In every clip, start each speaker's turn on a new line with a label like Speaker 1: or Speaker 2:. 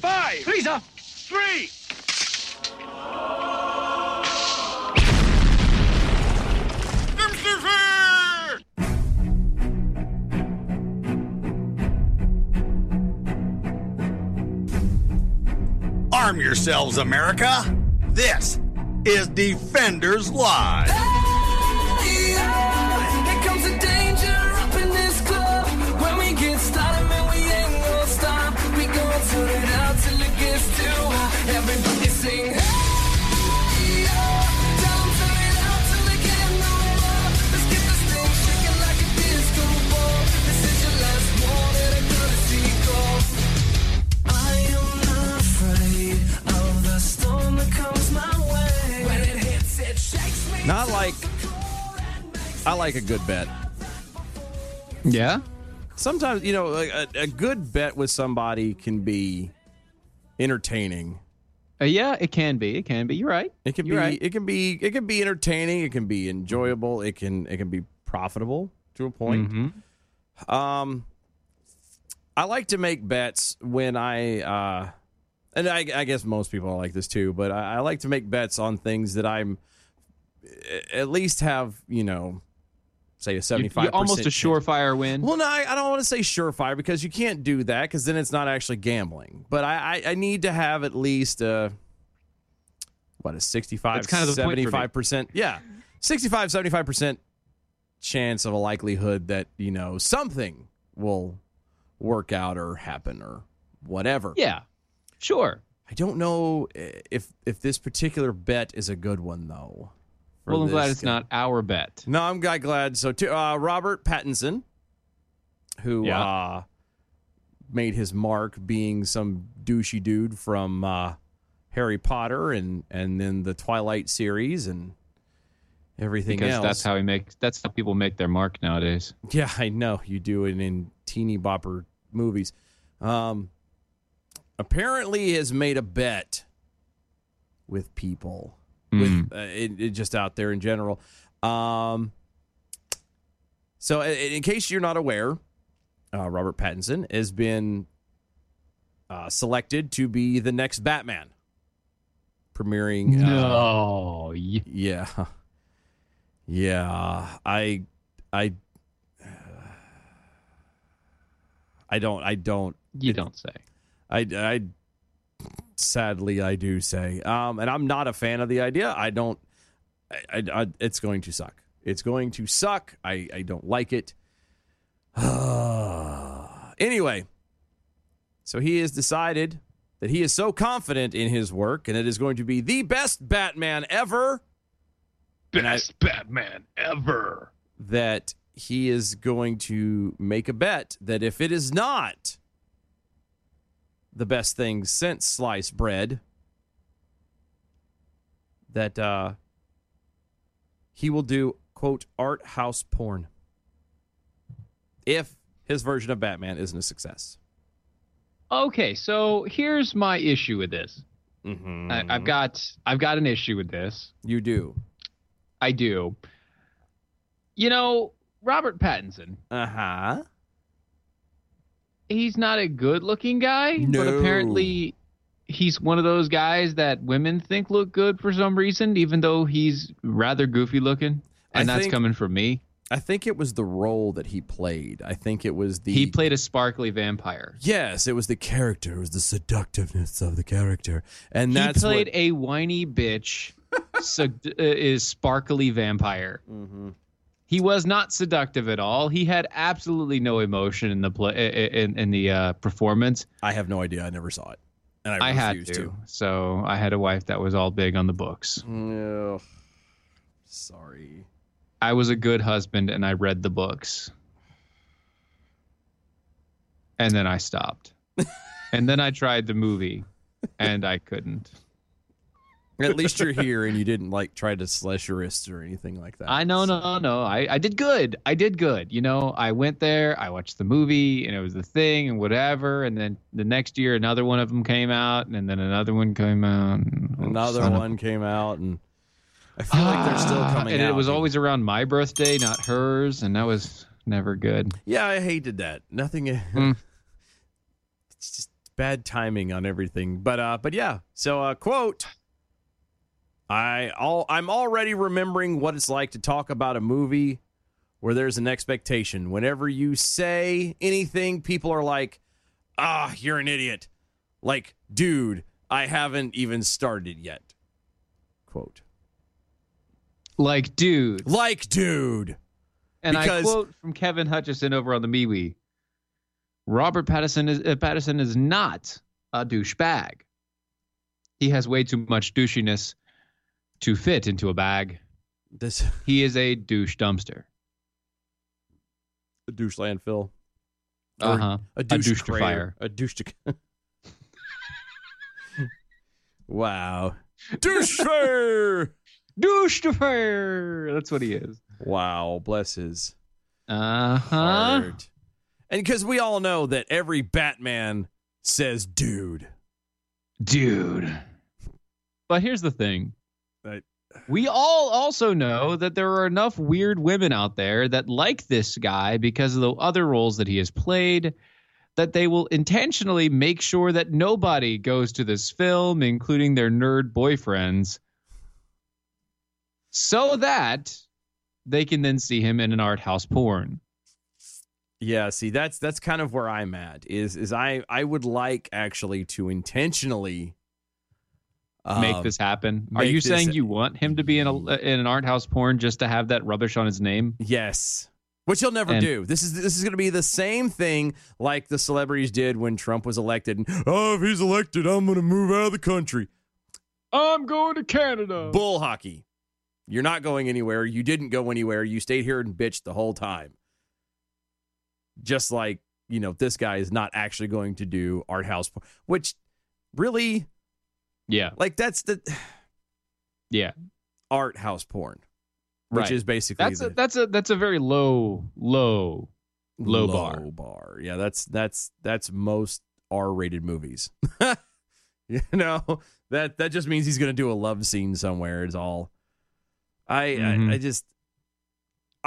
Speaker 1: Five. Lisa. Three.
Speaker 2: Arm yourselves, America. This is Defenders Live.
Speaker 3: Here comes the danger up in this club. When we get started, man, we ain't gonna stop. We gonna turn it out till it gets too hot. Everybody sing. "Hey, yo." Don't turn it out till it get no more. Let's get this thing shaking like a disco ball. This is your last warning, a courtesy call. I am not afraid of the storm that comes my way. When it hits, it shakes me.
Speaker 4: Not like I like a good bet.
Speaker 5: Yeah.
Speaker 4: Sometimes you know like a, a good bet with somebody can be entertaining.
Speaker 5: Uh, yeah, it can be. It can be. You're right.
Speaker 4: It can
Speaker 5: You're
Speaker 4: be
Speaker 5: right.
Speaker 4: it can be it can be entertaining. It can be enjoyable. It can it can be profitable to a point.
Speaker 5: Mm-hmm.
Speaker 4: Um, I like to make bets when I uh, and I, I guess most people are like this too, but I, I like to make bets on things that I'm a- at least have you know, say a
Speaker 5: You,
Speaker 4: seventy
Speaker 5: you
Speaker 4: five.
Speaker 5: almost a surefire win.
Speaker 4: Well, no, I, I don't want to say surefire because you can't do that because then it's not actually gambling. But I, I, I need to have at least a, what, a 65,
Speaker 5: That's kind of the point for me.
Speaker 4: 75%. Yeah. 65, 75% chance of a likelihood that, you know, something will work out or happen or whatever.
Speaker 5: yeah. Sure.
Speaker 4: I don't know eh, if if this particular bet is a good one, though. for
Speaker 5: Well, I'm glad
Speaker 4: this
Speaker 5: it's
Speaker 4: guy.
Speaker 5: not our bet.
Speaker 4: No, I'm glad. glad. So, too, uh, Robert Pattinson, who
Speaker 5: Yeah.
Speaker 4: uh, made his mark being some douchey dude from uh, Harry Potter and and then the Twilight series and everything
Speaker 5: Because
Speaker 4: else.
Speaker 5: that's how he makes. That's how people make their mark nowadays.
Speaker 4: yeah, I know you do it in teeny bopper movies. Um, apparently, has made a bet with people
Speaker 5: Hmm.
Speaker 4: with uh, it, it just out there in general. Um, so, i- in, case you're not aware, uh, Robert Pattinson has been uh, selected to be the next Batman, premiering. uh,
Speaker 5: No. y-
Speaker 4: yeah, yeah. I, I, I don't. I don't.
Speaker 5: You don't say.
Speaker 4: I, I sadly I do say, um, and I'm not a fan of the idea. I don't. I, I, I- it's going to suck. It's going to suck. I, I don't like it. anyway, so he has decided that he is so confident in his work and it is going to be the best Batman ever. Best Batman ever. That he is going to make a bet that if it is not the best thing since sliced bread that uh he will do quote art house porn if his version of batman isn't a success
Speaker 5: Okay, so here's my issue with this.
Speaker 4: mm-hmm.
Speaker 5: I, I've got. I've got an issue with this.
Speaker 4: you do
Speaker 5: I do. You know, Robert Pattinson.
Speaker 4: uh-huh
Speaker 5: he's not a good looking guy, but
Speaker 4: No.
Speaker 5: apparently he's one of those guys that women think look good for some reason, even though he's rather goofy looking.
Speaker 4: I
Speaker 5: And that's
Speaker 4: think-
Speaker 5: coming from me.
Speaker 4: I think it was the role that he played. I think it was the
Speaker 5: He played a sparkly vampire.
Speaker 4: Yes, it was the character. It was the seductiveness of the character, and that's
Speaker 5: he played
Speaker 4: what.
Speaker 5: a whiny bitch. sed- uh, is sparkly vampire.
Speaker 4: Mm-hmm.
Speaker 5: He was not seductive at all. He had absolutely no emotion in the play in, in the uh, performance.
Speaker 4: I have no idea. I never saw it, and I,
Speaker 5: I had
Speaker 4: refused
Speaker 5: to. So I had a wife that was all big on the books.
Speaker 4: No, sorry.
Speaker 5: I was a good husband and I read the books. And then I stopped. and then I tried the movie and I couldn't.
Speaker 4: At least you're here, and you didn't like try to slash your wrists or anything like that.
Speaker 5: I know, no, no. I, I did good. I did good. You know, I went there, I watched the movie, and it was the thing and whatever. And then the next year, another one of them came out, and then another one came out. and-
Speaker 4: Another
Speaker 5: Son of-
Speaker 4: one came out, and I feel like they're still coming.
Speaker 5: Ah, And
Speaker 4: out.
Speaker 5: it was always around my birthday, not hers. And that was never good.
Speaker 4: Yeah, I hated that. Nothing.
Speaker 5: Mm.
Speaker 4: It's just bad timing on everything. But uh, but yeah. So uh, quote. I all I'm already remembering what it's like to talk about a movie where there's an expectation. Whenever you say anything, people are like, "Ah, you're an idiot." Like, dude, I haven't even started yet. Quote.
Speaker 5: Like, dude.
Speaker 4: Like, dude.
Speaker 5: And I
Speaker 4: Because-
Speaker 5: quote from Kevin Hutchison over on the MeWe: Robert Pattinson is uh, Pattinson is not a douchebag. He has way too much douchiness to fit into a bag.
Speaker 4: This
Speaker 5: He is a douche dumpster.
Speaker 4: a douche landfill. Or
Speaker 5: Uh huh.
Speaker 4: A douche,
Speaker 5: douche to
Speaker 4: crater.
Speaker 5: fire.
Speaker 4: A douche to. wow. Douche fire.
Speaker 5: Douche dumpster. That's what he is.
Speaker 4: Wow. Bless his
Speaker 5: Uh huh.
Speaker 4: heart. And because we all know that every Batman says dude.
Speaker 5: dude. But here's the thing.
Speaker 4: Right.
Speaker 5: We all also know that there are enough weird women out there that like this guy because of the other roles that he has played that they will intentionally make sure that nobody goes to this film including their nerd boyfriends so that they can then see him in an art house porn.
Speaker 4: Yeah, see that's that's kind of where I'm at is is I I would like actually to intentionally
Speaker 5: make
Speaker 4: um,
Speaker 5: this happen. Are
Speaker 4: make
Speaker 5: you
Speaker 4: this-
Speaker 5: saying you want him to be in a in an art house porn just to have that rubbish on his name?
Speaker 4: Yes. Which he'll never
Speaker 5: And-
Speaker 4: do. This is this is going to be the same thing like the celebrities did when Trump was elected. And, oh, if he's elected, I'm going to move out of the country.
Speaker 5: I'm going to Canada.
Speaker 4: Bull hockey. You're not going anywhere. You didn't go anywhere. You stayed here and bitched the whole time. Just like you know, this guy is not actually going to do art house, por- which really
Speaker 5: yeah,
Speaker 4: like that's the
Speaker 5: yeah.
Speaker 4: art house porn, which
Speaker 5: Right.
Speaker 4: is basically
Speaker 5: That's a
Speaker 4: the,
Speaker 5: that's a that's a very low low. low bar.
Speaker 4: bar. Yeah, that's that's that's most R-rated movies. you know that that just means he's gonna do a love scene somewhere. Is all. I
Speaker 5: Mhm.
Speaker 4: I, I just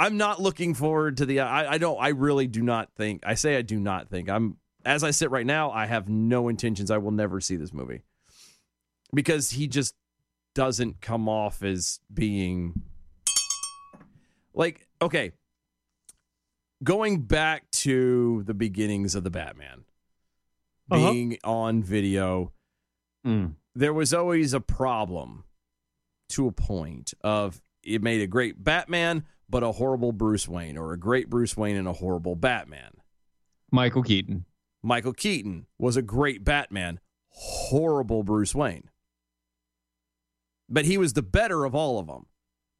Speaker 4: I'm not looking forward to the. I I don't. I really do not think. I say I do not think. I'm as I sit right now. I have no intentions. I will never see this movie because he just doesn't come off as being like okay going back to the beginnings of the batman
Speaker 5: Uh-huh.
Speaker 4: being on video
Speaker 5: mm,
Speaker 4: there was always a problem to a point of it made a great batman but a horrible bruce wayne or a great bruce wayne and a horrible batman
Speaker 5: Michael Keaton.
Speaker 4: michael keaton was a great batman horrible bruce wayne but he was the better of all of them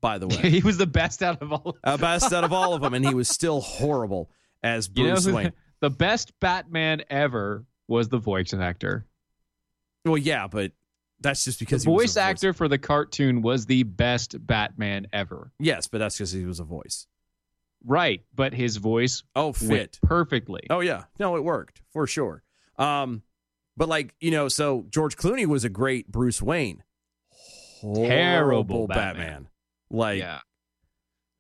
Speaker 4: by the way
Speaker 5: he was the best out of all.
Speaker 4: uh, best out of all of them, and he was still horrible as
Speaker 5: You know
Speaker 4: Bruce
Speaker 5: who-
Speaker 4: Wayne.
Speaker 5: The best Batman ever was the voice actor.
Speaker 4: Well, yeah, but that's just
Speaker 5: The
Speaker 4: because he was a
Speaker 5: voice actor for the cartoon was the best Batman ever.
Speaker 4: Yes, but that's because he was a voice.
Speaker 5: Right, but his voice
Speaker 4: Oh,
Speaker 5: fit
Speaker 4: fit.
Speaker 5: perfectly.
Speaker 4: Oh yeah, no, it worked for sure. Um, but like you know, so George Clooney was a great Bruce Wayne.
Speaker 5: Terrible Batman.
Speaker 4: Like
Speaker 5: yeah.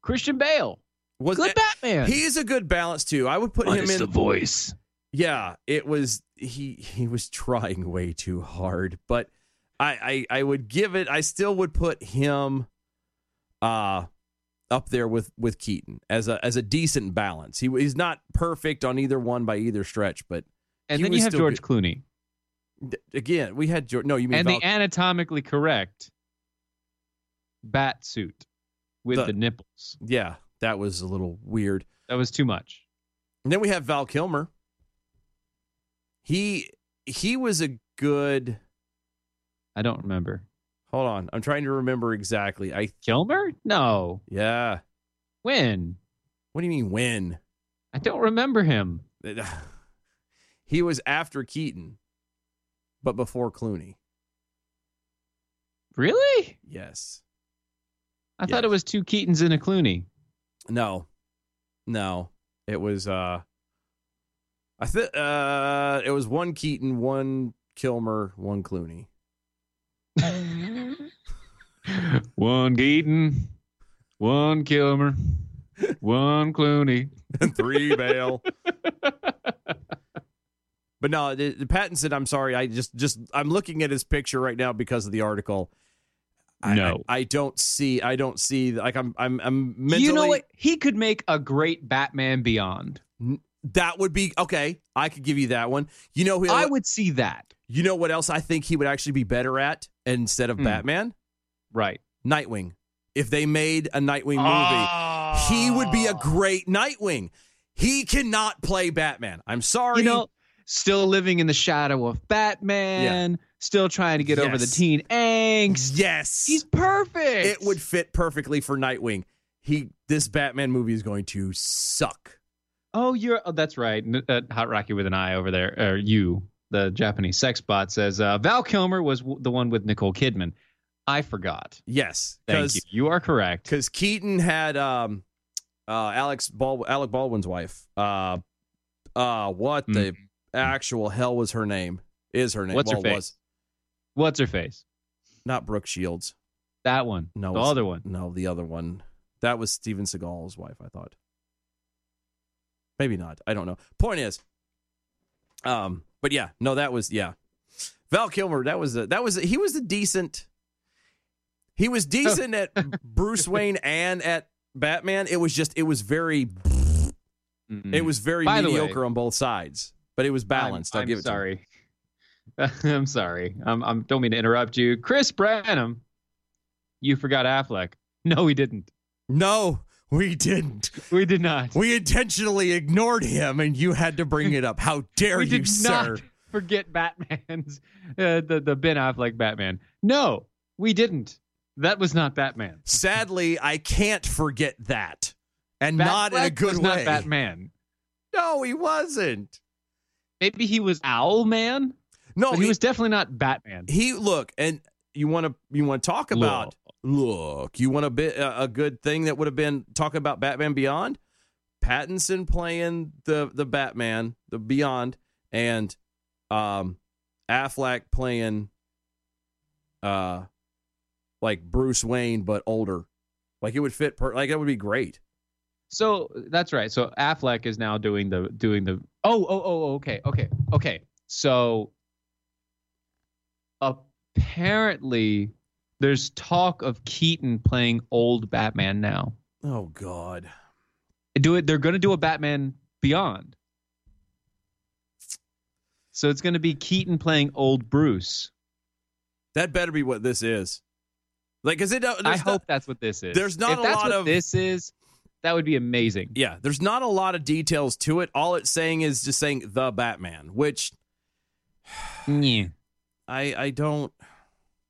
Speaker 5: Christian Bale,
Speaker 4: was
Speaker 5: good Batman.
Speaker 4: he's a good balance too. I would put him in
Speaker 5: voice.
Speaker 4: yeah it was he he was trying way too hard but I, I i would give it i still would put him uh up there with with Keaton as a as a decent balance. He he's not perfect on either one by either stretch, but
Speaker 5: And
Speaker 4: He
Speaker 5: then
Speaker 4: was
Speaker 5: you have
Speaker 4: still
Speaker 5: George Clooney
Speaker 4: d- again, we had George. No, you mean
Speaker 5: and
Speaker 4: Val-
Speaker 5: the anatomically correct bat suit with
Speaker 4: The-
Speaker 5: the, nipples.
Speaker 4: yeah, that was a little weird.
Speaker 5: That was too much.
Speaker 4: And then we have Val Kilmer. He he was a good.
Speaker 5: I don't remember.
Speaker 4: Hold on, I'm trying to remember exactly. I
Speaker 5: Kilmer? No.
Speaker 4: yeah.
Speaker 5: When?
Speaker 4: What do you mean when?
Speaker 5: I don't remember him.
Speaker 4: He was after Keaton, but before Clooney.
Speaker 5: Really?
Speaker 4: Yes.
Speaker 5: I thought it
Speaker 4: Yes.
Speaker 5: was two Keatons and a Clooney.
Speaker 4: No. No. It was uh I think uh it was one Keaton, one Kilmer, one Clooney.
Speaker 5: one Keaton, one Kilmer, one Clooney.
Speaker 4: And three bail. But no, the, the Pattinson, I'm sorry. I just just I'm looking at his picture right now because of the article. I,
Speaker 5: No.
Speaker 4: I, I don't see I don't see like I'm I'm I'm mentally
Speaker 5: You know what? He could make a great Batman Beyond.
Speaker 4: that would be okay. I could give you that one. You know who
Speaker 5: I would see that.
Speaker 4: you know what else I think he would actually be better at instead of
Speaker 5: Hmm.
Speaker 4: Batman?
Speaker 5: Right.
Speaker 4: Nightwing. If they made a Nightwing movie,
Speaker 1: Ah.
Speaker 4: he would be a great Nightwing. He cannot play Batman. I'm sorry.
Speaker 5: You know, still living in the shadow of Batman, still trying to get over the
Speaker 4: Yes.
Speaker 5: teen angst.
Speaker 4: yes,
Speaker 5: He's perfect.
Speaker 4: it would fit perfectly for Nightwing. He this Batman movie is going to suck.
Speaker 5: Oh, you're. Oh, that's right. N- Uh, Hot Rocky with an eye over there, or you, the Japanese sex bot, says uh, Val Kilmer was w- the one with Nicole Kidman. I forgot.
Speaker 4: Yes,
Speaker 5: Thank you. You are correct.
Speaker 4: because Keaton had um uh Alex Bal- Alec Baldwin's wife. Uh, uh, what the actual hell was her name? Is her name?
Speaker 5: Mm-hmm. What's her
Speaker 4: Well, it
Speaker 5: face?
Speaker 4: was.
Speaker 5: What's her face?
Speaker 4: Not Brooke Shields.
Speaker 5: That one.
Speaker 4: No,
Speaker 5: the
Speaker 4: it's-
Speaker 5: other one.
Speaker 4: No, the other one. That was Steven Seagal's wife, I thought. Maybe not. I don't know. Point is, um, but yeah, no, that was yeah. Val Kilmer, that was a, that was a, he was a decent. He was decent at Bruce Wayne and at Batman. It was just it was very
Speaker 5: Mm-mm.
Speaker 4: it was very
Speaker 5: Hmm. By the way-
Speaker 4: mediocre on both sides, but it was balanced.
Speaker 5: I'm,
Speaker 4: will
Speaker 5: I'm
Speaker 4: give it to you.
Speaker 5: sorry. I'm sorry. I'm, I'm. Don't mean to interrupt you, Chris Branham. You forgot Affleck. No, we didn't.
Speaker 4: No, we didn't.
Speaker 5: We did not.
Speaker 4: We intentionally ignored him, and you had to bring it up. How dare
Speaker 5: we
Speaker 4: you,
Speaker 5: did
Speaker 4: sir?
Speaker 5: not forget Batman's uh, the the Ben Affleck Batman. No, we didn't. That was not Batman.
Speaker 4: Sadly, I can't forget that, and
Speaker 5: Bat-
Speaker 4: not in a
Speaker 5: Affleck
Speaker 4: good
Speaker 5: was
Speaker 4: way.
Speaker 5: Not Batman.
Speaker 4: No, he wasn't.
Speaker 5: Maybe he was Owl Man,
Speaker 4: No,
Speaker 5: but he, was definitely not Batman.
Speaker 4: Oh, He look, and you want to you want to talk about look. You want a bit a, a good thing that would have been talking about Batman Beyond. Pattinson playing the the Batman, the Beyond, and um, Affleck playing uh, like Bruce Wayne but older. Like it would fit. Per- like that would be great.
Speaker 5: So that's right. So Affleck is now doing the doing the. Oh oh oh. Okay okay okay. So apparently, there's talk of Keaton playing old Batman now.
Speaker 4: Oh God.
Speaker 5: do it. They're going to do a Batman Beyond. So it's going to be Keaton playing old Bruce.
Speaker 4: That better be what this is. Like, cause it. don't-
Speaker 5: I
Speaker 4: there's no-
Speaker 5: hope that's what this is.
Speaker 4: there's not
Speaker 5: if
Speaker 4: a
Speaker 5: that's
Speaker 4: lot
Speaker 5: what
Speaker 4: of-
Speaker 5: this is. That would be amazing.
Speaker 4: yeah, there's not a lot of details to it. All it's saying is just saying the Batman, which
Speaker 5: Yeah.
Speaker 4: I I don't.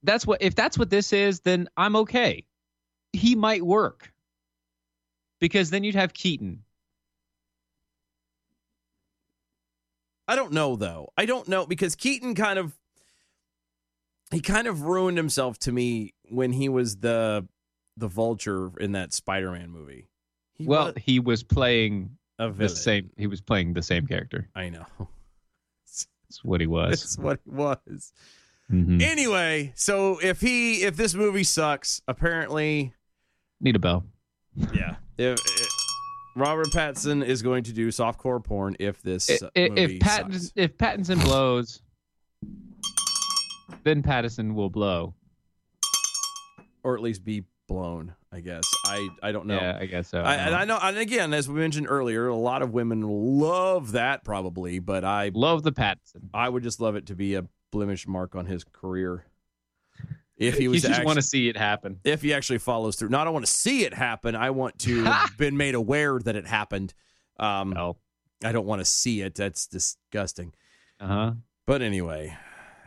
Speaker 5: That's what. If that's what this is, then I'm okay. He might work because then you'd have Keaton.
Speaker 4: I don't know though. I don't know because Keaton kind of he kind of ruined himself to me when he was the the vulture in that Spider-Man movie. He
Speaker 5: well,
Speaker 4: was
Speaker 5: he was playing
Speaker 4: a
Speaker 5: the
Speaker 4: villain.
Speaker 5: same. He was playing the same character.
Speaker 4: I know.
Speaker 5: That's what he was.
Speaker 4: That's what it was.
Speaker 5: Mhm.
Speaker 4: Anyway, so if he if this movie sucks, apparently
Speaker 5: Need a bell.
Speaker 4: Yeah. If, if- Robert Pattinson is going to do softcore porn if this
Speaker 5: if,
Speaker 4: uh,
Speaker 5: if
Speaker 4: movie
Speaker 5: Pattinson
Speaker 4: sucks.
Speaker 5: if Pattinson blows, then Pattinson will blow.
Speaker 4: or at least be blown. I guess I I don't know.
Speaker 5: Yeah, I guess so.
Speaker 4: I, and I know, and again, as we mentioned earlier, a lot of women love that probably, but I
Speaker 5: Love the Patson.
Speaker 4: I would just love it to be a blemish mark on his career if he
Speaker 5: You
Speaker 4: was
Speaker 5: just
Speaker 4: act-
Speaker 5: want to see it happen.
Speaker 4: if he actually follows through. Not I want to see it happen. I want to have been made aware that it happened. Um,
Speaker 5: Oh,
Speaker 4: I don't want to see it. That's disgusting.
Speaker 5: uh huh.
Speaker 4: But anyway,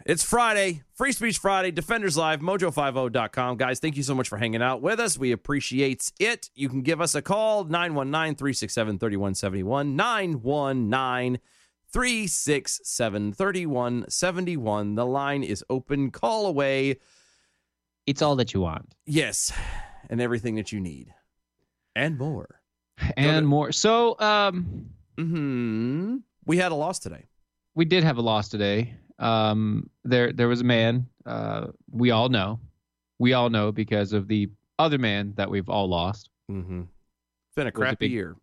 Speaker 4: it's Friday, Free Speech Friday, Defenders Live, mojo50.com. Guys, thank you so much for hanging out with us. We appreciate it. You can give us a call, 919 367 3171. 919 367 3171. The line is open. Call away.
Speaker 5: It's all that you want
Speaker 4: Yes, and everything that you need and more.
Speaker 5: and more. So, um,
Speaker 4: hmm We had a loss today.
Speaker 5: we did have a loss today. Um, there there was a man uh, we all know, we all know because of the other man that we've all lost
Speaker 4: Mm-hmm. Been a
Speaker 5: Was it
Speaker 4: crappy
Speaker 5: big?
Speaker 4: year.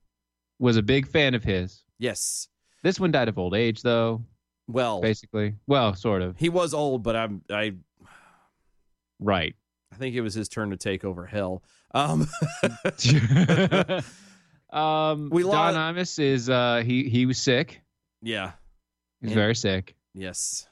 Speaker 5: was a big fan of his.
Speaker 4: Yes.
Speaker 5: This one died of old age though,
Speaker 4: Well,
Speaker 5: basically. Well, sort of.
Speaker 4: he was old, but I'm I
Speaker 5: Right.
Speaker 4: I think it was his turn to take over hell. Um,
Speaker 5: um,
Speaker 4: We
Speaker 5: Don
Speaker 4: lost-
Speaker 5: Imus is uh, he he was sick.
Speaker 4: yeah.
Speaker 5: He's
Speaker 4: Yeah.
Speaker 5: very sick.
Speaker 4: Yes.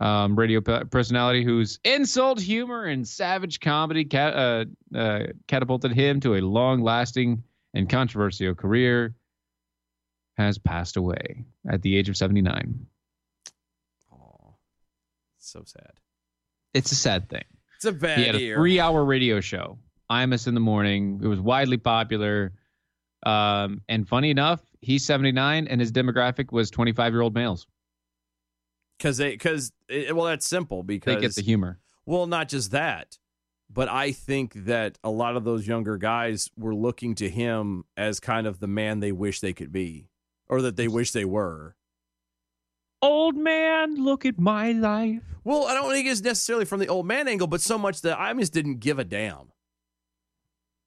Speaker 5: Um, radio pe- personality whose insult, humor, and savage comedy ca- uh, uh, catapulted him to a long-lasting and controversial career, has passed away at the age of 79.
Speaker 4: Oh, so sad.
Speaker 5: It's a sad thing.
Speaker 4: It's a bad
Speaker 5: he had a
Speaker 4: year.
Speaker 5: three-hour radio show, Imus in the morning. It was widely popular, um, and funny enough, he's 79, and his demographic was 25-year-old males.
Speaker 4: Because they because well that's simple because
Speaker 5: They get the humor.
Speaker 4: Well, not just that, but I think that a lot of those younger guys were looking to him as kind of the man they wish they could be or that they wish they were.
Speaker 5: Old man, look at my life.
Speaker 4: Well, I don't think it's necessarily from the old man angle, but so much that I just didn't give a damn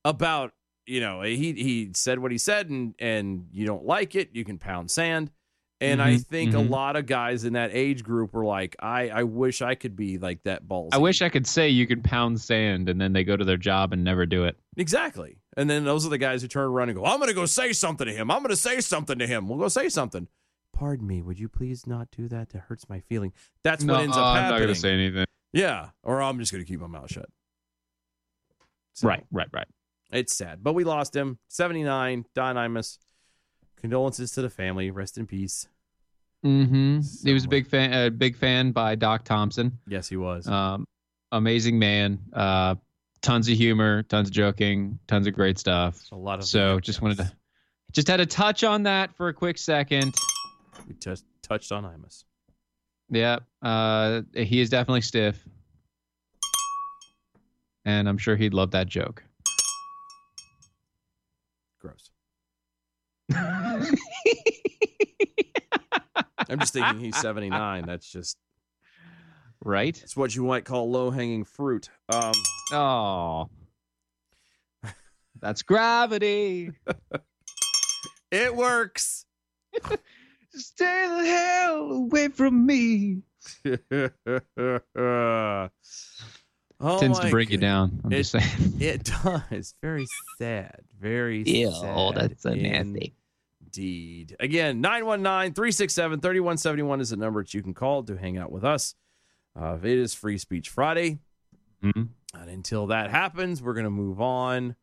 Speaker 4: about, you know, he he said what he said and and you don't like it, you can pound sand. And I
Speaker 5: Mhm,
Speaker 4: think
Speaker 5: mhm.
Speaker 4: a lot of guys in that age group were like, I, I wish I could be like that ball.
Speaker 5: I wish I could say you can pound sand and then they go to their job and never do it.
Speaker 4: Exactly. And then those are the guys who turn around and go, I'm going to go say something to him. I'm going to say something to him. We'll go say something. Pardon me. Would you please not do that? That hurts my feeling. That's what ends up
Speaker 5: uh, I'm not
Speaker 4: happening.
Speaker 5: going to say anything.
Speaker 4: yeah. Or I'm just going to keep my mouth shut. So,
Speaker 5: Right, right, right.
Speaker 4: It's sad. But we lost him. 79, Don Imus. Condolences to the family. Rest in peace.
Speaker 5: Mm-hmm. He was a big fan, a big fan by Doc Thompson.
Speaker 4: Yes, he was.
Speaker 5: Um, amazing man. Uh, tons of humor, tons of joking, tons of great stuff.
Speaker 4: a lot of
Speaker 5: So just wanted to, just had to touch on that for a quick second.
Speaker 4: We just touched on Imus.
Speaker 5: Yeah, uh, he is definitely stiff, and I'm sure he'd love that joke.
Speaker 4: Gross. I'm just thinking he's 79. That's just,
Speaker 5: right?
Speaker 4: it's what you might call low hanging fruit. Um,
Speaker 5: Oh. That's gravity.
Speaker 4: It works.
Speaker 5: Stay the hell away from me.
Speaker 4: oh
Speaker 5: Tends
Speaker 4: my
Speaker 5: to bring you
Speaker 4: goodness.
Speaker 5: down. I'm just saying.
Speaker 4: It does. Very sad. Very sad. Indeed. Again, 919 367 3171 is the number that you can call to hang out with us. Uh, it is Free Speech Friday.
Speaker 5: Mhm.
Speaker 4: And until that happens, we're going to move on.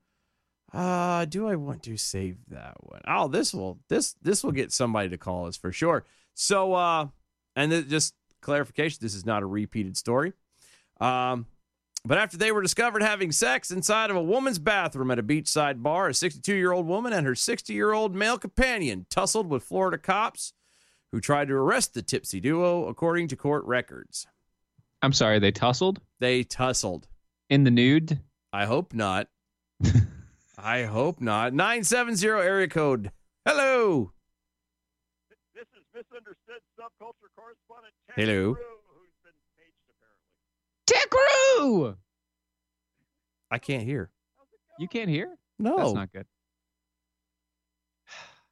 Speaker 4: Uh, do I want to save that one? Oh, this will this this will get somebody to call us for sure. So uh and th- just clarification, this is not a repeated story. Um but after they were discovered having sex inside of a woman's bathroom at a beachside bar, a 62-year-old woman and her 60-year-old male companion tussled with Florida cops who tried to arrest the tipsy duo according to court records.
Speaker 5: I'm sorry, they tussled
Speaker 4: They tussled.
Speaker 5: in the nude.
Speaker 4: I hope not. I hope not. 970 area code. Hello.
Speaker 1: This is misunderstood subculture correspondent Ted
Speaker 4: Hello.
Speaker 1: Carew, who's been paged apparently.
Speaker 5: Tech crew.
Speaker 4: I can't hear.
Speaker 5: You can't hear?
Speaker 4: No.
Speaker 5: That's not good.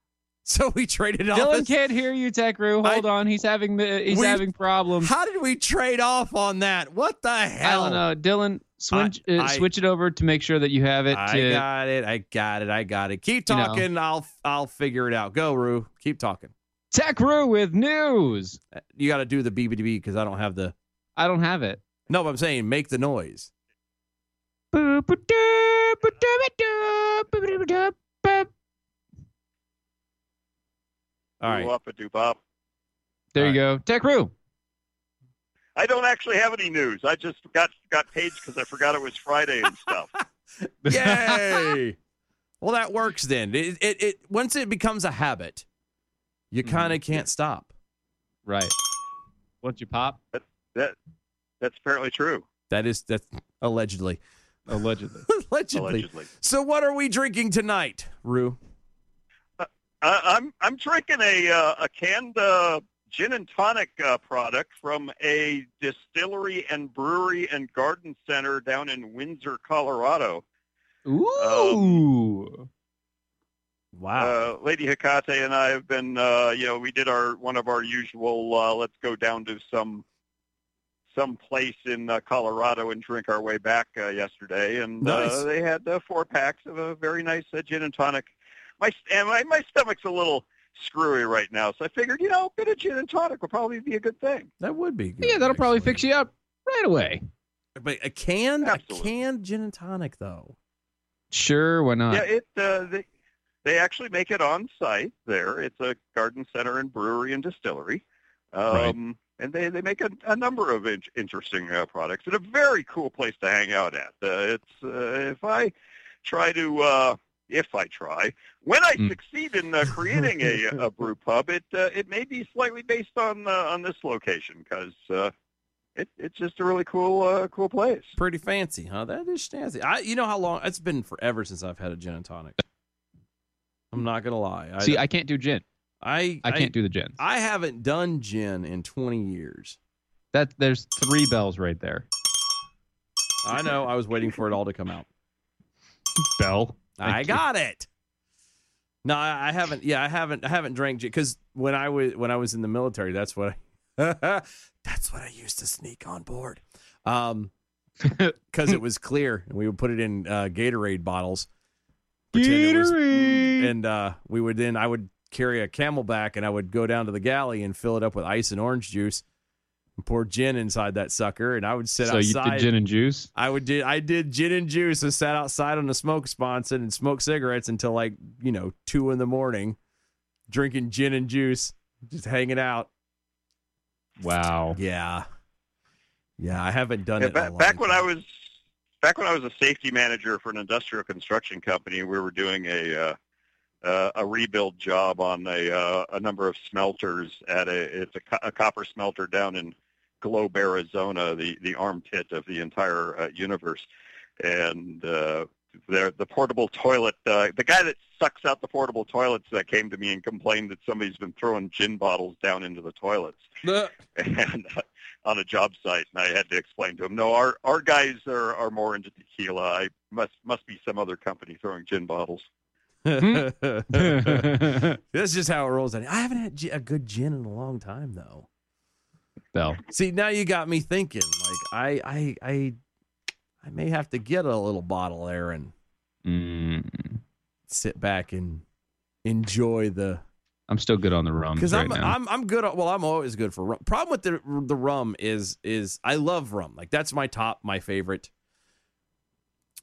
Speaker 4: so we traded
Speaker 5: Dylan
Speaker 4: off.
Speaker 5: can't hear you, Tech crew. Hold on, he's having the he's
Speaker 4: We-
Speaker 5: having problems.
Speaker 4: How did we trade off on that? What the
Speaker 5: I
Speaker 4: hell?
Speaker 5: don't know, Dylan. Switch,
Speaker 4: I-
Speaker 5: uh,
Speaker 4: I-
Speaker 5: switch it over to make sure that you have it.
Speaker 4: I
Speaker 5: to-
Speaker 4: got it. I got it. I got it. Keep
Speaker 5: You know.
Speaker 4: talking. I'll I'll figure it out. Go, Rue. Keep talking.
Speaker 5: Tech Roo with news.
Speaker 4: You got to do the BBDB because I don't have the.
Speaker 5: I don't have it.
Speaker 4: No, but I'm saying make the noise.
Speaker 5: There
Speaker 4: All right.
Speaker 1: Up a doobop.
Speaker 5: you go. Tech Roo.
Speaker 1: I don't actually have any news. I just got got paged because I forgot it was Friday and stuff.
Speaker 4: Yay! well, that works then. It, it it once it becomes a habit, you
Speaker 5: Mhm.
Speaker 4: kind of can't stop.
Speaker 5: Right. Once you pop,
Speaker 1: That that's apparently true.
Speaker 4: That is that's allegedly.
Speaker 5: allegedly.
Speaker 4: allegedly.
Speaker 1: Allegedly,
Speaker 4: So what are we drinking tonight, Rue?
Speaker 1: I, I'm I'm drinking a uh, a canned uh, gin and tonic uh, product from a distillery and brewery and garden center down in Windsor, Colorado.
Speaker 4: Oh.
Speaker 5: Ooh.
Speaker 4: Wow.
Speaker 1: Uh, Lady Hecate and I have been, uh, you know, we did our one of our usual. Uh, let's go down to some some place in uh, Colorado and drink our way back uh, yesterday, and
Speaker 4: Nice.
Speaker 1: uh, they had uh, four packs of a very nice uh, gin and tonic. My and my, my stomach's a little screwy right now, so I figured, you know, a bit of gin and tonic would probably be a good thing.
Speaker 4: that would be good.
Speaker 5: yeah, that'll probably
Speaker 4: actually.
Speaker 5: fix you up right away.
Speaker 4: But a canned
Speaker 1: Absolutely.
Speaker 4: a canned gin and tonic though.
Speaker 5: Sure, why not?
Speaker 1: yeah, it uh, they they actually make it on site there. It's a garden center and brewery and distillery, um, and they they make a, a number of in- interesting uh, products. It's a very cool place to hang out at. Uh, it's uh, if I try to. Uh, if I try, when I
Speaker 5: Mm.
Speaker 1: succeed in uh, creating a, a brew pub, it uh, it may be slightly based on uh, on this location because uh, it it's just a really cool uh, cool place.
Speaker 4: Pretty fancy, huh? That is snazzy. I you know how long it's been forever since I've had a gin and tonic. I'm not gonna lie. I
Speaker 5: See, I can't do gin.
Speaker 4: I,
Speaker 5: I can't do the gin.
Speaker 4: I haven't done gin in 20 years.
Speaker 5: That there's three bells right there.
Speaker 4: I know. I was waiting for it all to come out.
Speaker 5: Bell. Thank
Speaker 4: I
Speaker 5: you.
Speaker 4: got it. No, I I haven't. Yeah, I haven't. I haven't drank gin because when I was when I was in the military, that's what I, that's what I used to sneak on board, um, because it was clear and we would put it in uh, Gatorade bottles. pretend it was-
Speaker 5: Gatorade.
Speaker 4: and uh, we would then I would carry a camelback and I would go down to the galley and fill it up with ice and orange juice and pour gin inside that sucker and I would sit
Speaker 5: so you
Speaker 4: outside.
Speaker 5: did gin and juice?
Speaker 4: I would did I did gin and juice and sat outside on the smoke sponson and smoked cigarettes until like you know two in the morning, drinking gin and juice, just hanging out.
Speaker 5: Wow.
Speaker 4: Yeah, yeah. I haven't done
Speaker 1: Yeah,
Speaker 4: it
Speaker 1: ba-
Speaker 4: in a
Speaker 1: back
Speaker 4: long
Speaker 1: when I
Speaker 4: time.
Speaker 1: was back when I was a safety manager for an industrial construction company, we were doing a uh, uh, a rebuild job on a uh, a number of smelters at a it's a, co- a copper smelter down in Globe, Arizona, the the armpit of the entire uh, universe, and. Uh, the, the portable toilet, uh, the guy that sucks out the portable toilets that came to me and complained that somebody's been throwing gin bottles down into the toilets and uh, on a job site, and I had to explain to him, no, our our guys are, are more into tequila. I must must be some other company throwing gin bottles.
Speaker 5: Hmm?
Speaker 4: That's just how it rolls. I haven't had gi- a good gin in a long time though.
Speaker 5: Bell.
Speaker 4: See, now you got me thinking. Like I, I, I, I may have to get a little bottle there and
Speaker 5: Mm,
Speaker 4: sit back and enjoy the.
Speaker 5: I'm still good on the rum
Speaker 4: Because
Speaker 5: right
Speaker 4: I'm,
Speaker 5: now.
Speaker 4: I'm, I'm good. at- Well, I'm always good for rum. Problem with the the rum is, is I love rum. Like that's my top, my favorite.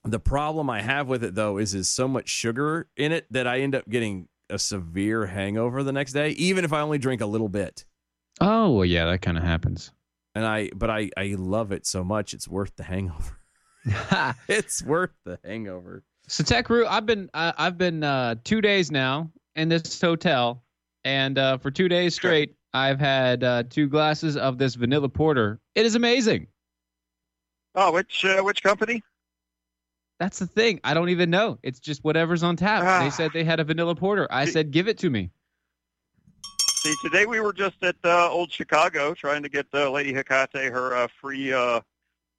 Speaker 4: The problem I have with it though is, is so much sugar in it that I end up getting a severe hangover the next day, even if I only drink a little bit.
Speaker 5: oh, well, yeah, that kind of happens.
Speaker 4: And I, but I, I love it so much, it's worth the hangover. it's worth the hangover.
Speaker 5: So Tech Roo, I've been I I've been uh, two days now in this hotel, and uh, for two days straight, I've had uh, two glasses of this vanilla porter. It is amazing.
Speaker 1: Oh, which uh, which company?
Speaker 5: That's the thing. I don't even know. It's just whatever's on tap.
Speaker 1: Ah.
Speaker 5: They said they had a vanilla porter. I said, give it to me.
Speaker 1: See, today we were just at uh, Old Chicago trying to get uh, Lady Hecate her uh, free uh,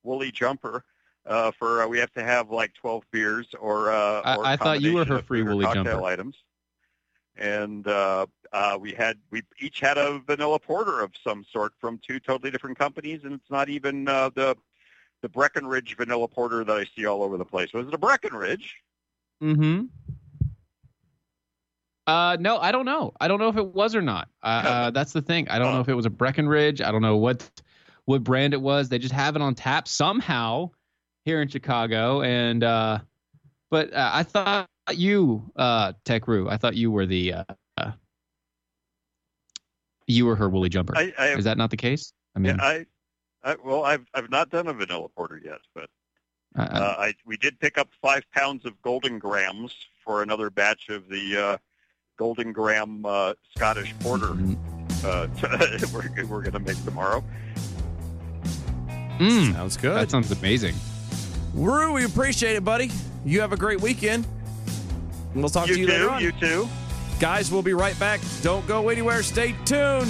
Speaker 1: woolly jumper. Uh, for uh, we have to have like twelve beers or. Uh,
Speaker 5: I-
Speaker 1: or
Speaker 5: I thought you were her
Speaker 1: combination of
Speaker 5: free
Speaker 1: food or
Speaker 5: woolly
Speaker 1: cocktail
Speaker 5: jumper.
Speaker 1: Items. And uh, uh, we had we each had a vanilla porter of some sort from two totally different companies, and it's not even uh, the the Breckenridge vanilla porter that I see all over the place. Was it a Breckenridge?
Speaker 5: Mm-hmm. Uh, no, I don't know. I don't know if it was or not. Uh, uh that's the thing. I don't know if it was a Breckenridge. I don't know what what brand it was. They just have it on tap somehow here in Chicago. And uh, but uh, I thought you, uh, Tech Roo, I thought you were the uh, uh, you were her woolly jumper.
Speaker 1: I, I
Speaker 5: Is that not the case? I mean,
Speaker 1: yeah, I, I well, I've I've not done a vanilla porter yet, but
Speaker 5: I, I-
Speaker 1: Uh, I, we did pick up five pounds of golden grams for another batch of the uh, golden gram uh, Scottish porter. Uh, we're we're going to make tomorrow.
Speaker 5: Mm,
Speaker 4: Sounds good.
Speaker 5: that sounds amazing.
Speaker 4: Rue, we appreciate it, buddy. You have a great weekend. We'll talk
Speaker 1: you
Speaker 4: to you
Speaker 1: too.
Speaker 4: later on.
Speaker 1: You too.
Speaker 4: Guys, we'll be right back. Don't go anywhere. Stay tuned.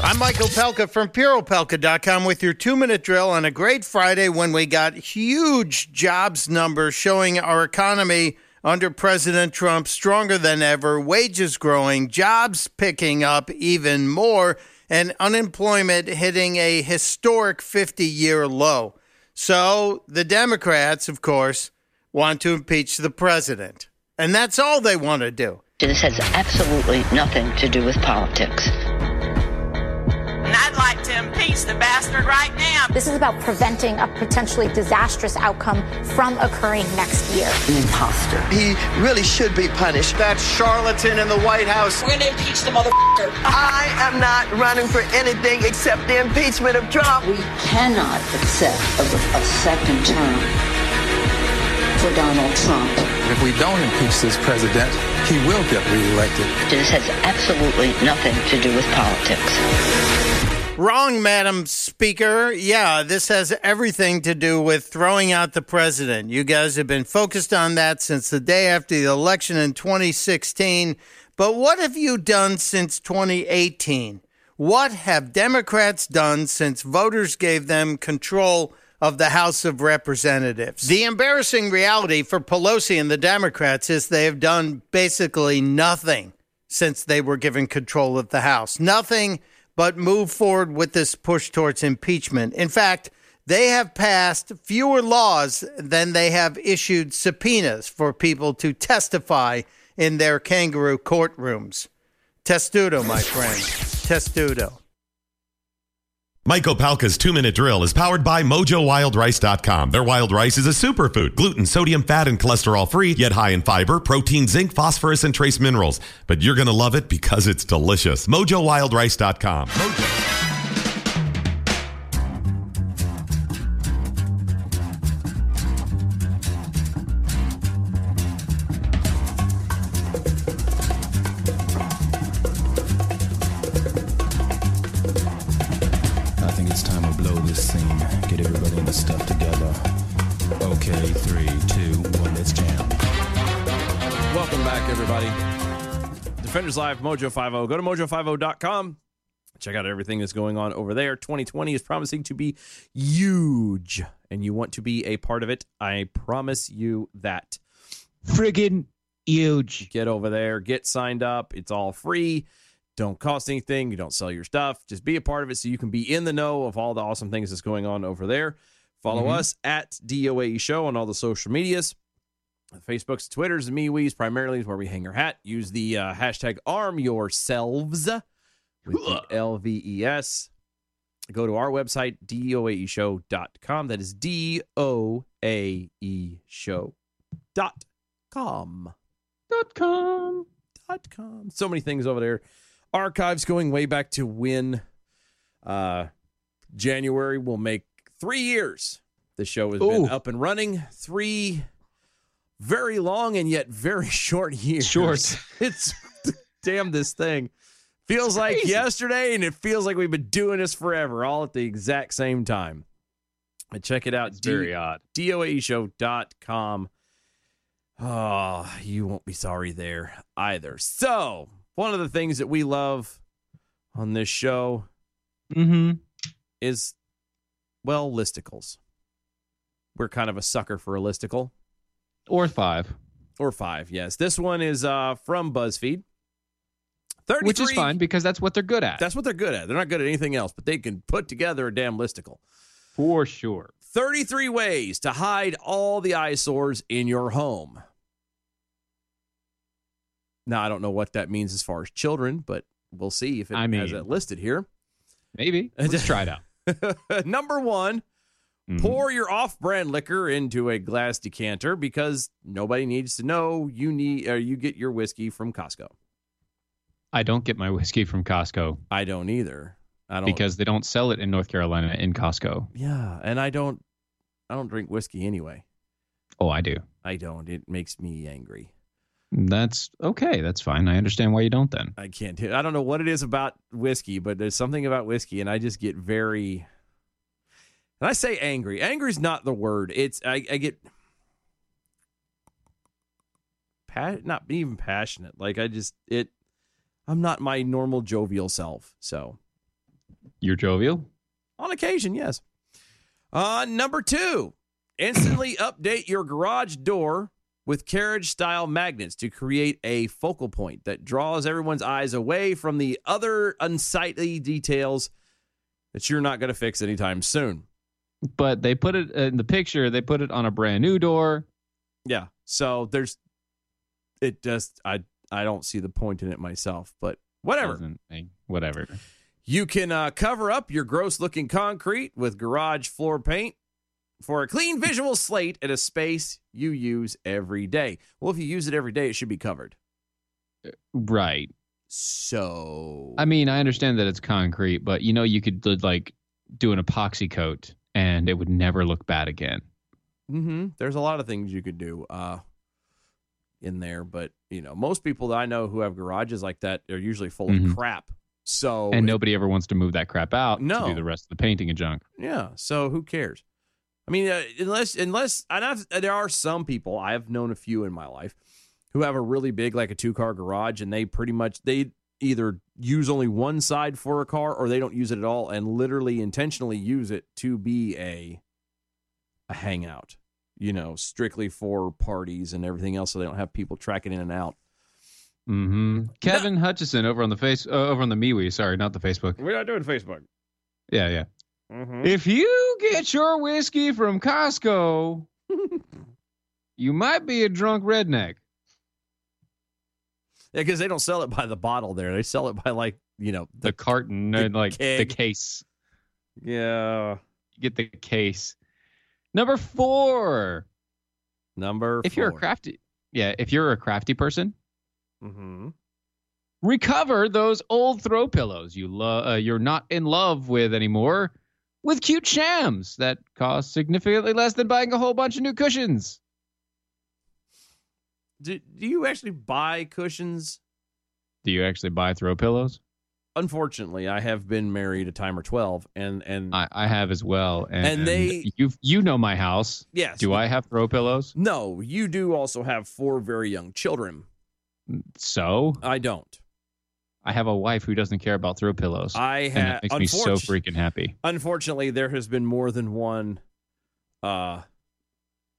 Speaker 6: I'm Michael Pelka from PureOpelka.com with your two minute drill on a great Friday when we got huge jobs numbers showing our economy under President Trump stronger than ever, wages growing, jobs picking up even more, and unemployment hitting a historic 50 year low. So the Democrats, of course, want to impeach the president. And that's all they want to do.
Speaker 7: This has absolutely nothing to do with politics.
Speaker 8: And I'd like to impeach the bastard right now.
Speaker 9: This is about preventing a potentially disastrous outcome from occurring next year.
Speaker 7: An imposter.
Speaker 10: He really should be punished. That charlatan in the White House.
Speaker 8: We're gonna impeach the motherfucker.
Speaker 10: I am not running for anything except the impeachment of Trump.
Speaker 7: We cannot accept a, a second term for Donald Trump.
Speaker 11: If we don't impeach this president, he will get reelected.
Speaker 7: This has absolutely nothing to do with politics.
Speaker 6: Wrong, Madam Speaker. Yeah, this has everything to do with throwing out the president. You guys have been focused on that since the day after the election in 2016. But what have you done since 2018? What have Democrats done since voters gave them control of the House of Representatives? The embarrassing reality for Pelosi and the Democrats is they have done basically nothing since they were given control of the House. Nothing but move forward with this push towards impeachment. In fact, they have passed fewer laws than they have issued subpoenas for people to testify in their kangaroo courtrooms. Testudo, my friend. Testudo.
Speaker 12: Michael Palka's two minute drill is powered by MojoWildRice.com. Their wild rice is a superfood, gluten, sodium, fat, and cholesterol free, yet high in fiber, protein, zinc, phosphorus, and trace minerals. But you're going to love it because it's delicious. MojoWildRice.com.
Speaker 11: I think it's time we blow this scene. Get everybody in the stuff together. Okay, three, two, one, let's jam.
Speaker 4: Welcome back, everybody. Defenders Live, Mojo 50. Go to mojo50.com. Check out everything that's going on over there. 2020 is promising to be huge, and you want to be a part of it. I promise you that.
Speaker 5: Friggin' huge.
Speaker 4: Get over there, get signed up. It's all free. Don't cost anything. You don't sell your stuff. Just be a part of it so you can be in the know of all the awesome things that's going on over there. Follow us at DOAE E Show on all the social medias. Facebook's, Twitter's, and MeWe's primarily is where we hang our hat. Use the uh, hashtag arm yourselves with the LVES. Go to our website, E doaeshow.com. That is D-O-A-E E show dot com.
Speaker 5: Dot com.
Speaker 4: Dot com. So many things over there. Archives going way back to when uh, January will make three years. The show has
Speaker 5: Ooh.
Speaker 4: been up and running. Three very long and yet very short years.
Speaker 5: Short.
Speaker 4: It's damn this thing. Feels like
Speaker 5: Crazy.
Speaker 4: yesterday, and it feels like we've been doing this forever, all at the exact same time. And check it out. D-
Speaker 5: Very odd.
Speaker 4: DOAEshow.com. Oh, you won't be sorry there either. So, one of the things that we love on this show
Speaker 5: Mm-hmm.
Speaker 4: is, well, listicles. we're kind of a sucker for a listicle.
Speaker 5: Or five.
Speaker 4: Or five, yes. This one is uh, from BuzzFeed. 33,
Speaker 5: Which is fine because that's what they're good at.
Speaker 4: That's what they're good at. They're not good at anything else, but they can put together a damn listicle.
Speaker 5: For sure.
Speaker 4: 33 ways to hide all the eyesores in your home. Now, I don't know what that means as far as children, but we'll see if it
Speaker 5: I mean,
Speaker 4: has that listed here.
Speaker 5: Maybe. Let's try it out.
Speaker 4: Number one,
Speaker 5: Mm-hmm.
Speaker 4: pour your off-brand liquor into a glass decanter because nobody needs to know you need or you get your whiskey from Costco.
Speaker 5: I don't get my whiskey from Costco.
Speaker 4: I don't either. I don't
Speaker 5: because they don't sell it in North Carolina in Costco.
Speaker 4: yeah, and I don't I don't drink whiskey anyway.
Speaker 5: Oh, I do.
Speaker 4: I don't. It makes me angry.
Speaker 5: That's okay. That's fine. I understand why you don't then.
Speaker 4: I can't. do- I don't know what it is about whiskey, but there's something about whiskey, and I just get very. And I say angry. Angry's not the word. It's I, I get. Pat, not even passionate. Like I just it. I'm not my normal jovial self. So
Speaker 5: You're jovial.
Speaker 4: on occasion, yes. Uh, number two, instantly update your garage door with carriage style magnets to create a focal point that draws everyone's eyes away from the other unsightly details that you're not going to fix anytime soon.
Speaker 5: But they put it uh, in the picture, they put it on a brand new door.
Speaker 4: Yeah. So there's, it just, I, I don't see the point in it myself, but whatever.
Speaker 5: Doesn't make- Whatever.
Speaker 4: You can uh, cover up your gross looking concrete with garage floor paint for a clean visual slate at a space you use every day. Well, if you use it every day, it should be covered.
Speaker 5: Right.
Speaker 4: So,
Speaker 5: I mean, I understand that it's concrete, but you know, you could do, like do an epoxy coat and it would never look bad again.
Speaker 4: mhm, there's a lot of things you could do uh, in there, but you know, most people that I know who have garages like that are usually full
Speaker 5: Mhm.
Speaker 4: of crap. So,
Speaker 5: and nobody ever wants to move that crap out
Speaker 4: No.
Speaker 5: to do the rest of the painting and junk.
Speaker 4: Yeah. So who cares? I mean, uh, unless unless and I've, there are some people I've known a few in my life who have a really big like a two car garage and they pretty much they either use only one side for a car or they don't use it at all and literally intentionally use it to be a a hangout, you know, strictly for parties and everything else so they don't have people tracking in and out.
Speaker 5: hmm Kevin Hutchison over on the face, uh, over on the MeWe. Sorry, not the Facebook.
Speaker 4: We're not doing Facebook. Mm-hmm.
Speaker 5: Yeah, yeah.
Speaker 4: Hmm?
Speaker 5: If you get your whiskey from Costco, you might be a drunk redneck.
Speaker 4: Yeah, because they don't sell it by the bottle there. They sell it by like, you know,
Speaker 5: The carton,
Speaker 4: The
Speaker 5: and like the
Speaker 4: keg.
Speaker 5: case.
Speaker 4: yeah.
Speaker 5: You get the case. Number four.
Speaker 4: Number
Speaker 5: If you're a
Speaker 4: four.
Speaker 5: crafty, yeah, if you're a crafty person,
Speaker 4: Mhm.
Speaker 5: recover those old throw pillows you lo- uh, you're not in love with anymore with cute shams that cost significantly less than buying a whole bunch of new cushions.
Speaker 4: do, do you actually buy cushions?
Speaker 5: Do you actually buy throw pillows?
Speaker 4: Unfortunately, I have been married a time or twelve, and and
Speaker 5: I, I have as well, and,
Speaker 4: And they-
Speaker 5: you you know my house.
Speaker 4: Yes.
Speaker 5: Do I have throw pillows?
Speaker 4: no, you do also have four very young children.
Speaker 5: So
Speaker 4: I don't.
Speaker 5: I have a wife who doesn't care about throw pillows.
Speaker 4: I
Speaker 5: and
Speaker 4: have.
Speaker 5: that makes me so freaking happy.
Speaker 4: Unfortunately, there has been more than one uh,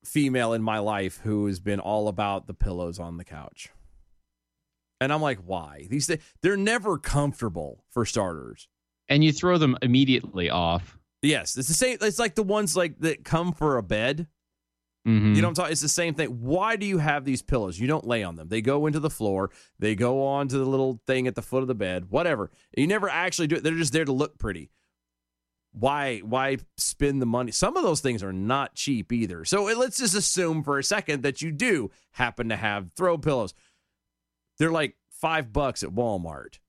Speaker 4: female in my life who has been all about the pillows on the couch, and I'm like, why? These thi- they're never comfortable for starters.
Speaker 5: And you throw them immediately off.
Speaker 4: Yes, it's the same. It's like the ones like that come for a bed.
Speaker 5: Mhm.
Speaker 4: You know what I'm talking? It's the same thing. Why do you have these pillows? You don't lay on them. They go into the floor. They go onto the little thing at the foot of the bed. Whatever. You never actually do it. They're just there to look pretty. Why? Why spend the money? Some of those things are not cheap either. So it- let's just assume for a second that you do happen to have throw pillows. They're like five bucks at Walmart.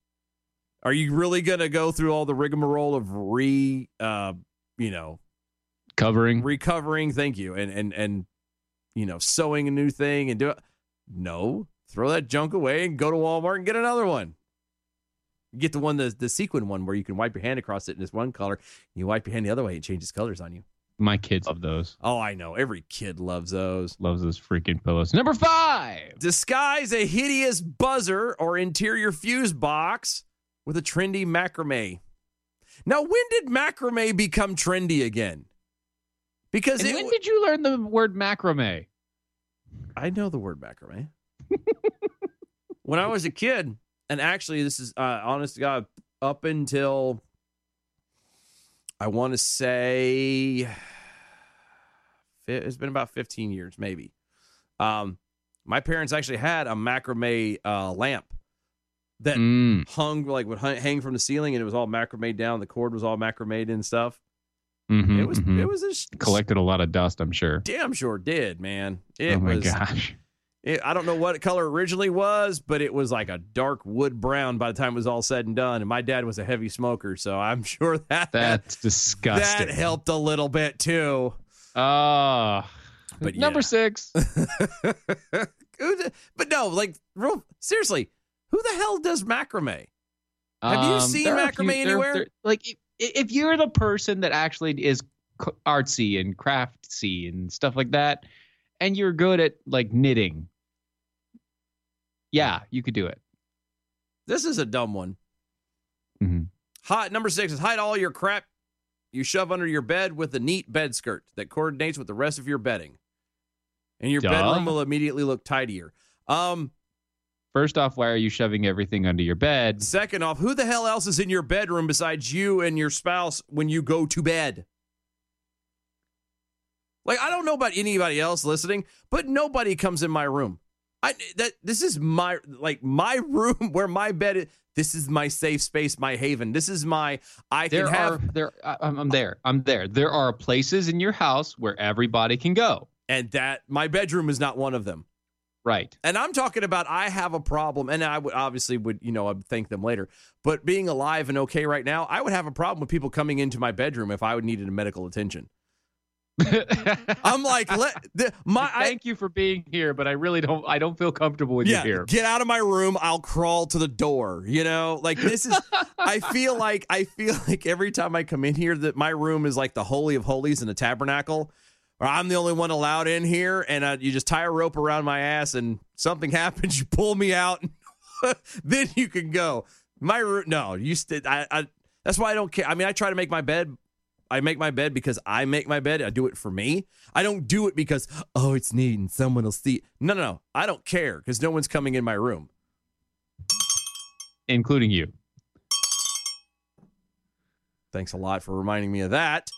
Speaker 4: Are you really gonna go through all the rigmarole of re, uh, you know,
Speaker 5: Covering.
Speaker 4: recovering thank you and and and you know sewing a new thing and do it no throw that junk away and go to walmart and get another one you get the one the, the sequin one where you can wipe your hand across it in this one color you wipe your hand the other way it changes colors on you
Speaker 5: my kids love those.
Speaker 4: oh i know every kid loves those
Speaker 5: Loves those freaking pillows. Number five.
Speaker 4: disguise a hideous buzzer or interior fuse box with a trendy macrame now when did macrame become trendy again Because
Speaker 5: And
Speaker 4: it
Speaker 5: when
Speaker 4: w-
Speaker 5: did you learn the word macrame?
Speaker 4: I know the word macrame. when I was a kid, and actually, this is uh, honest to God, up until I want to say fi- it's been about 15 years, maybe. Um, my parents actually had a macrame uh, lamp that
Speaker 5: Mm.
Speaker 4: hung like would hun- hang from the ceiling, and it was all macrame down. The cord was all macrame and stuff.
Speaker 5: Mhm,
Speaker 4: it was
Speaker 5: mhm.
Speaker 4: it was a sh-
Speaker 5: collected a lot of dust, I'm sure.
Speaker 4: damn sure did, man. It
Speaker 5: oh my
Speaker 4: was
Speaker 5: gosh.
Speaker 4: it, I don't know what color originally was, but it was like a dark wood brown by the time it was all said and done. And my dad was a heavy smoker, so I'm sure that that,
Speaker 5: That's disgusting.
Speaker 4: helped a little bit too.
Speaker 5: Ah.
Speaker 4: But
Speaker 5: number
Speaker 4: yeah.
Speaker 5: six.
Speaker 4: Who the- but no, like real seriously, who the hell does macrame? Have you
Speaker 5: Um,
Speaker 4: seen
Speaker 5: there are a
Speaker 4: macrame
Speaker 5: few- there-
Speaker 4: anywhere?
Speaker 5: there- like, if, if you're the person that actually is c- artsy and craftsy and stuff like that, and you're good at like knitting, yeah, you could do it.
Speaker 4: this is a dumb one.
Speaker 5: Mhm.
Speaker 4: Hot number six is hide all your crap you shove under your bed with a neat bed skirt that coordinates with the rest of your bedding, and your
Speaker 5: Duh.
Speaker 4: bedroom will immediately look tidier. Um.
Speaker 5: First off, why are you shoving everything under your bed?
Speaker 4: Second off, who the hell else is in your bedroom besides you and your spouse when you go to bed? Like I don't know about anybody else listening, but nobody comes in my room. I that this is my like my room where my bed is. This is my safe space, my haven. This is my I
Speaker 5: There
Speaker 4: can
Speaker 5: are
Speaker 4: have
Speaker 5: there. I- I'm, I'm there. I'm there. There are places in your house where everybody can go.
Speaker 4: and that my bedroom is not one of them.
Speaker 5: Right.
Speaker 4: And I'm talking about I have a problem, and I would obviously would you know I'd thank them later. But being alive and okay right now, I would have a problem with people coming into my bedroom if I would needed a medical attention. I'm like, let the, my I,
Speaker 5: Thank you for being here, but I really don't. I don't feel comfortable with
Speaker 4: yeah,
Speaker 5: you here.
Speaker 4: get out of my room. I'll crawl to the door. You know, like this is. I feel like I feel like every time I come in here, that my room is like the holy of holies in the tabernacle. Or I'm the only one allowed in here, and uh, you just tie a rope around my ass, and something happens, you pull me out, and then you can go. My room, no, you. St- I, I. That's why I don't care. I mean, I try to make my bed. I make my bed because I make my bed. I do it for me. I don't do it because oh, it's neat and someone will see. No, no, no. I don't care because no one's coming in my room.
Speaker 5: including you.
Speaker 4: Thanks a lot for reminding me of that.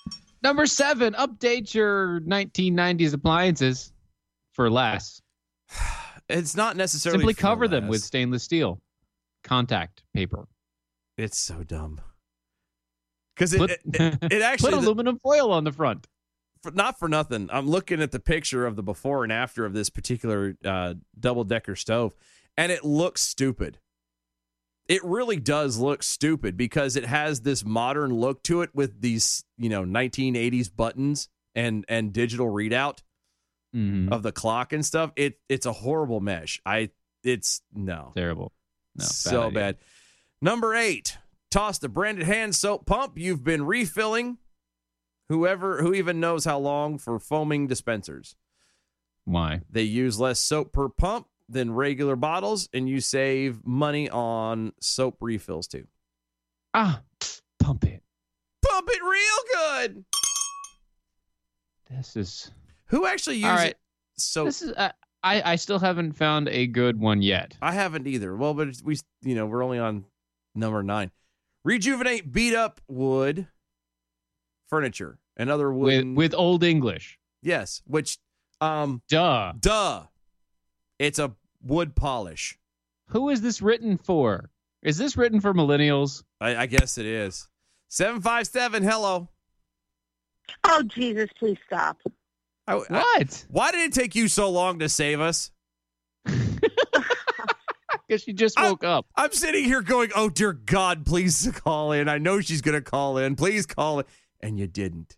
Speaker 5: Number seven, update your 1990s appliances for less.
Speaker 4: It's not necessarily
Speaker 5: Simply
Speaker 4: for
Speaker 5: cover them
Speaker 4: less.
Speaker 5: with stainless steel contact paper.
Speaker 4: It's so dumb. Because it,
Speaker 5: Put-
Speaker 4: it, it, it actually
Speaker 5: Put aluminum foil on the front.
Speaker 4: for, not for nothing. I'm looking at the picture of the before and after of this particular uh, double decker stove, and it looks stupid. It really does look stupid because it has this modern look to it with these you know 1980s buttons and and digital readout
Speaker 5: Mhm.
Speaker 4: of the clock and stuff. It it's a horrible mesh. I it's no
Speaker 5: Terrible. No,
Speaker 4: so
Speaker 5: idea.
Speaker 4: bad. Number eight, toss the branded hand soap pump you've been refilling. Whoever who even knows how long for foaming dispensers.
Speaker 5: Why?
Speaker 4: They use less soap per pump than regular bottles, and you save money on soap refills too.
Speaker 5: Ah, pump it.
Speaker 4: Pump it real good.
Speaker 5: This is
Speaker 4: Who actually uses
Speaker 5: all right.
Speaker 4: soap?
Speaker 5: This is. Uh, I I still haven't found a good one yet.
Speaker 4: I haven't either. Well, but it's- we you know we're only on number nine. Rejuvenate beat up wood furniture and other
Speaker 5: With
Speaker 4: wooden
Speaker 5: with old English.
Speaker 4: yes, which um
Speaker 5: Duh.
Speaker 4: Duh. It's a wood polish.
Speaker 5: Who is this written for? Is this written for millennials?
Speaker 4: I, I guess it is. 757, hello.
Speaker 13: Oh, Jesus, please stop.
Speaker 4: I- I-
Speaker 5: What?
Speaker 4: why did it take you so long to save us?
Speaker 5: Because she just woke up.
Speaker 4: I'm sitting here going, oh, dear God, please call in. I know she's going to call in. Please call in. And you didn't.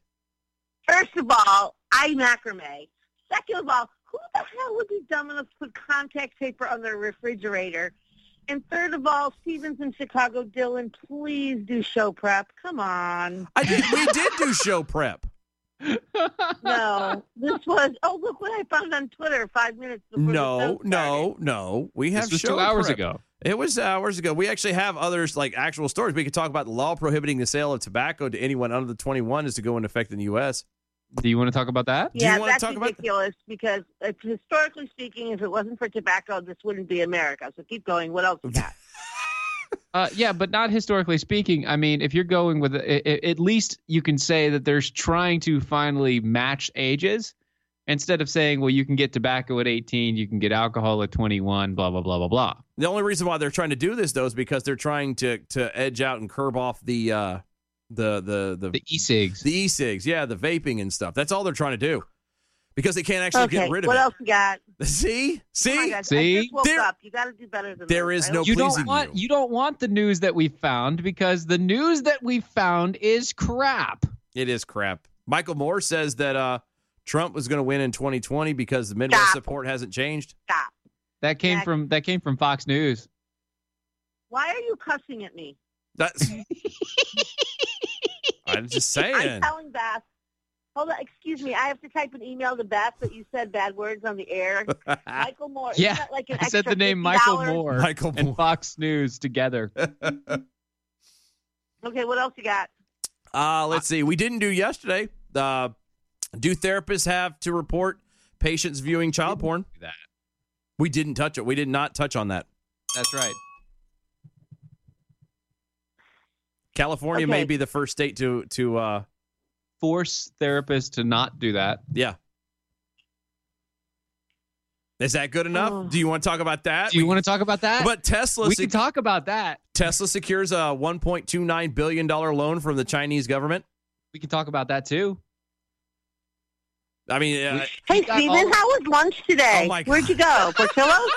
Speaker 13: First of all, I macrame. Second of all, who the hell would be dumb enough to put contact paper on their refrigerator? And third of all, Stevens in Chicago, Dylan, please do show prep. Come on.
Speaker 4: I did, we did do show prep.
Speaker 13: No, this was, oh, look what I found on Twitter five minutes before the
Speaker 4: No,
Speaker 13: show.
Speaker 4: no, no. We
Speaker 5: This
Speaker 4: have
Speaker 5: was two
Speaker 4: show
Speaker 5: hours
Speaker 4: prep.
Speaker 5: ago.
Speaker 4: It was hours ago. We actually have others like actual stories. We could talk about the law prohibiting the sale of tobacco to anyone under the 21 is to go into effect in the U.S.
Speaker 5: Do you want to talk about that?
Speaker 13: Yeah, that's ridiculous because it's, historically speaking, if it wasn't for tobacco, this wouldn't be America. So keep going. What else you got?
Speaker 5: Uh, yeah, but not historically speaking. I mean, if you're going with, a- a- at least you can say that there's trying to finally match ages instead of saying, well, you can get tobacco at 18, you can get alcohol at 21, blah, blah, blah, blah, blah.
Speaker 4: The only reason why they're trying to do this though is because they're trying to to edge out and curb off the uh the the the, the
Speaker 5: e-cigs.
Speaker 4: The e-cigs, yeah, the vaping and stuff. That's all they're trying to do. Because they can't actually
Speaker 13: okay,
Speaker 4: get rid of
Speaker 13: what
Speaker 4: it.
Speaker 13: else Oh you got?
Speaker 4: See?
Speaker 13: Come on, guys,
Speaker 4: See?
Speaker 13: I just woke up. You got to do better than
Speaker 4: There
Speaker 13: this.
Speaker 4: is no
Speaker 5: you
Speaker 4: pleasing
Speaker 5: don't want you. don't want the news that we found because the news that we found is crap.
Speaker 4: It is crap. Michael Moore says that uh Trump was going to win in 2020 because the Midwest support hasn't changed.
Speaker 13: Stop.
Speaker 5: That came from that came from Fox News.
Speaker 13: Why are you cussing at me?
Speaker 4: That's I'm just
Speaker 13: I'm
Speaker 4: saying.
Speaker 13: telling Beth. Hold on, excuse me. I have to type an email to Beth that you said bad words on the air. Michael Moore. isn't
Speaker 5: yeah,
Speaker 13: that like an
Speaker 5: I said
Speaker 13: extra
Speaker 5: the name Michael
Speaker 13: $50?
Speaker 5: Moore,
Speaker 4: Michael
Speaker 5: and Fox News together.
Speaker 13: Okay, what else you got?
Speaker 4: Uh, let's see. We didn't do yesterday. Uh, do therapists have to report patients viewing child porn?
Speaker 5: that.
Speaker 4: We didn't touch it. We did not touch on that.
Speaker 5: That's right.
Speaker 4: California may
Speaker 5: Okay.
Speaker 4: be the first state to to uh,
Speaker 5: Force therapists to not do that.
Speaker 4: Yeah. Is that good enough?
Speaker 13: Oh.
Speaker 4: Do you want to talk about that?
Speaker 5: Do you want to talk about that?
Speaker 4: Uh, But Tesla,
Speaker 5: we can talk about that.
Speaker 4: Tesla secures a 1.29 billion dollar loan from the Chinese government.
Speaker 5: We can talk about that too.
Speaker 4: I mean, uh,
Speaker 13: Hey,
Speaker 4: got
Speaker 13: Steven,
Speaker 4: all-
Speaker 13: how was lunch today?
Speaker 4: Oh, my God.
Speaker 13: Where'd you go? Portillo's?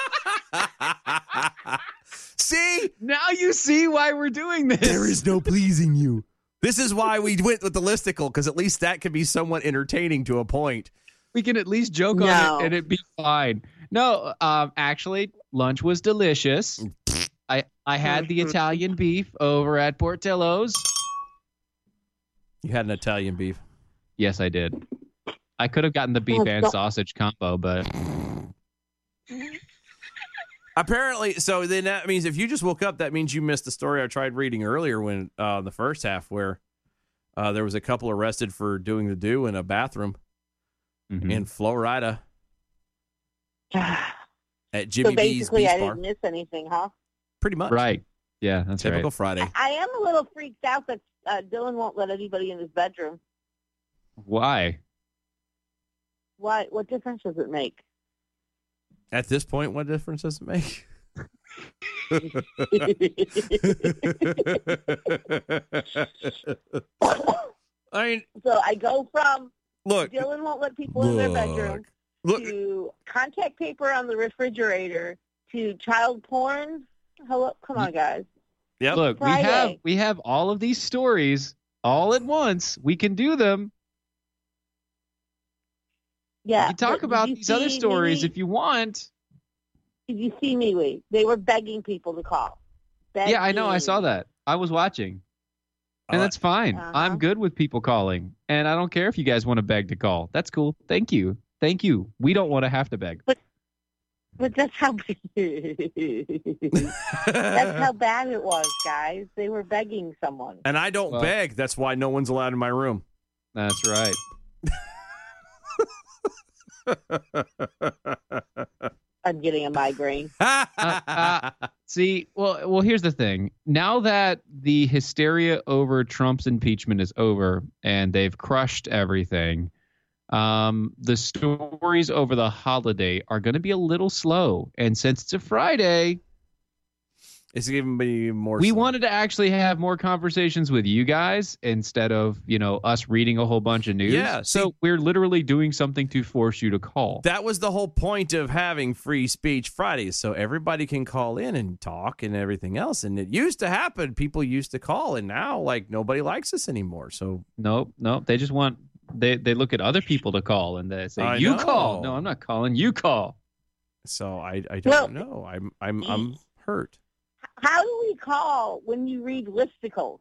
Speaker 4: see,
Speaker 5: now you see why we're doing this. There
Speaker 4: is no pleasing you. This is why we went with the listicle because at least that could be somewhat entertaining to a point.
Speaker 5: We can at least joke
Speaker 4: No.
Speaker 5: on it and it'd be fine. No, um, actually, lunch was delicious. I I had the Italian beef over at Portillo's.
Speaker 4: You had an Italian beef.
Speaker 5: Yes, I did. I could have gotten the beef
Speaker 4: Oh,
Speaker 5: and
Speaker 4: God.
Speaker 5: sausage combo, but mm-hmm.
Speaker 4: Apparently, so then that means if you just woke up, that means you missed the story I tried reading earlier when uh, the first half where uh, there was a couple arrested for doing the do in a bathroom
Speaker 13: Mm-hmm.
Speaker 4: in Florida at Jimmy
Speaker 13: so
Speaker 4: B's
Speaker 13: basically,
Speaker 4: Beef
Speaker 13: I
Speaker 4: Bar.
Speaker 13: didn't miss anything, huh?
Speaker 4: Pretty much,
Speaker 5: right? Yeah, that's
Speaker 4: typical
Speaker 5: right.
Speaker 4: Friday.
Speaker 13: I am a little freaked out that uh, Dylan won't let anybody in his bedroom.
Speaker 5: Why?
Speaker 13: Why? What difference does it make?
Speaker 4: At this point, what difference does it make? I mean,
Speaker 13: So I go from
Speaker 4: Look.
Speaker 13: Dylan won't let people in their bedroom
Speaker 4: Look.
Speaker 13: to contact paper on the refrigerator to child porn. Hello, come on, guys.
Speaker 4: Yeah.
Speaker 5: Look, we
Speaker 13: Friday.
Speaker 5: have we have all of these stories all at once. We can do them.
Speaker 13: Yeah.
Speaker 5: We can talk
Speaker 13: but
Speaker 5: about
Speaker 13: did you
Speaker 5: these other
Speaker 13: see
Speaker 5: stories
Speaker 13: MeWe?
Speaker 5: if you want.
Speaker 13: Did you see MeWe? They were begging people to call.
Speaker 5: yeah, I know. I
Speaker 13: Begging.
Speaker 5: saw that. I was watching. And that's fine.
Speaker 13: uh-huh.
Speaker 5: I'm good with people calling. And I don't care if you guys want to beg to call. That's cool. Thank you. Thank you. We don't want to have to beg.
Speaker 13: But that's how that's how bad it was, guys. They were begging someone.
Speaker 4: And I don't
Speaker 13: Well-
Speaker 4: beg. That's why no one's allowed in my room.
Speaker 5: That's right.
Speaker 13: I'm getting a migraine.
Speaker 5: uh, see, well, well, here's the thing. Now that the hysteria over Trump's impeachment is over and they've crushed everything, um, the stories over the holiday are going to be a little slow. And since it's a Friday,
Speaker 4: it's even be more.
Speaker 5: We wanted to actually have more conversations with you guys instead of you know us reading a whole bunch of news.
Speaker 4: Yeah,
Speaker 5: so we're literally doing something to force you to call.
Speaker 4: That was the whole point of having free speech Fridays, so everybody can call in and talk and everything else. And it used to happen; people used to call, and now like nobody likes us anymore. So
Speaker 5: Nope, nope. They just want they they look at other people to call and they say
Speaker 4: I
Speaker 5: you
Speaker 4: know.
Speaker 5: call. No, I'm not calling. You call.
Speaker 4: So I I
Speaker 13: Well-
Speaker 4: don't know. I'm I'm I'm hurt.
Speaker 13: How do we call when you read listicles?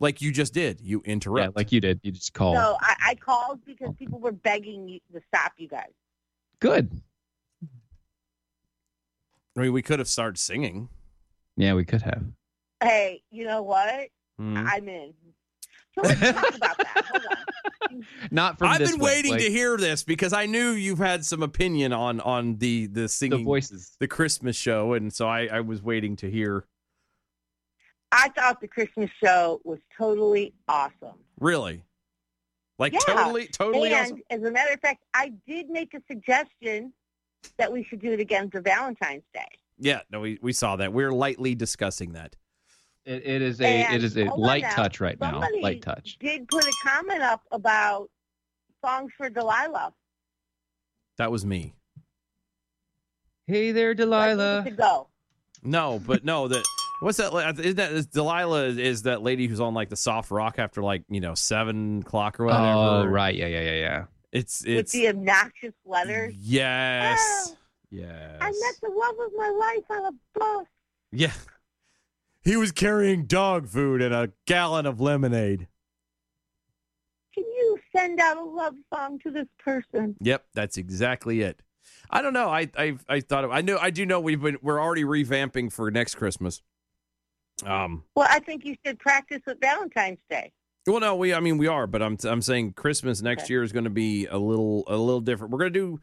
Speaker 4: Like you just did. You interrupt. Yeah,
Speaker 5: like you did. You just call.
Speaker 13: So I, I called because people were begging you to stop you guys.
Speaker 5: Good.
Speaker 4: I mean, we could have started singing.
Speaker 5: Yeah, we could have.
Speaker 13: Hey, you know what?
Speaker 4: Mhm.
Speaker 5: Hmm.
Speaker 13: I'm in. So let's talk about that. Hold on.
Speaker 5: Not from.
Speaker 4: I've
Speaker 5: this
Speaker 4: been
Speaker 5: way,
Speaker 4: waiting
Speaker 5: like-
Speaker 4: to hear this because I knew you've had some opinion on on the the singing
Speaker 5: voices,
Speaker 4: the Christmas show, and so I, I was waiting to hear.
Speaker 1: I thought the Christmas show was totally awesome.
Speaker 4: Really, like
Speaker 1: Yeah.
Speaker 4: totally, totally
Speaker 1: and
Speaker 4: awesome.
Speaker 1: as a matter of fact, I did make a suggestion that we should do it again for Valentine's Day.
Speaker 4: Yeah, no, we, we saw that. We are lightly discussing that.
Speaker 5: It, it is
Speaker 1: And
Speaker 5: a it is
Speaker 13: oh
Speaker 5: a
Speaker 1: hold on
Speaker 5: light
Speaker 1: now,
Speaker 5: touch right now.
Speaker 1: somebody
Speaker 5: Light touch.
Speaker 1: Did put a comment up about songs for Delilah.
Speaker 4: That was me.
Speaker 5: Hey there, Delilah.
Speaker 1: To go.
Speaker 4: No, but no, that what's that? Isn't that is Delilah is, is that lady who's on like the soft rock after like you know seven o'clock or whatever?
Speaker 5: Oh, right. Yeah, yeah, yeah, yeah.
Speaker 4: It's
Speaker 1: with
Speaker 4: it's
Speaker 1: the obnoxious letters.
Speaker 4: yes,
Speaker 1: I
Speaker 4: yes,
Speaker 1: met the love of my life on a bus.
Speaker 4: yeah. He was carrying dog food and a gallon of lemonade.
Speaker 1: Can you send out a love song to this person?
Speaker 4: Yep, that's exactly it. I don't know. I I I thought of, I know I do know we've been we're already revamping for next Christmas. Um.
Speaker 1: Well, I think you should practice with Valentine's Day.
Speaker 4: Well, no, we I mean we are, but I'm I'm saying Christmas next
Speaker 1: Okay.
Speaker 4: year is going to be a little a little different. We're going to do.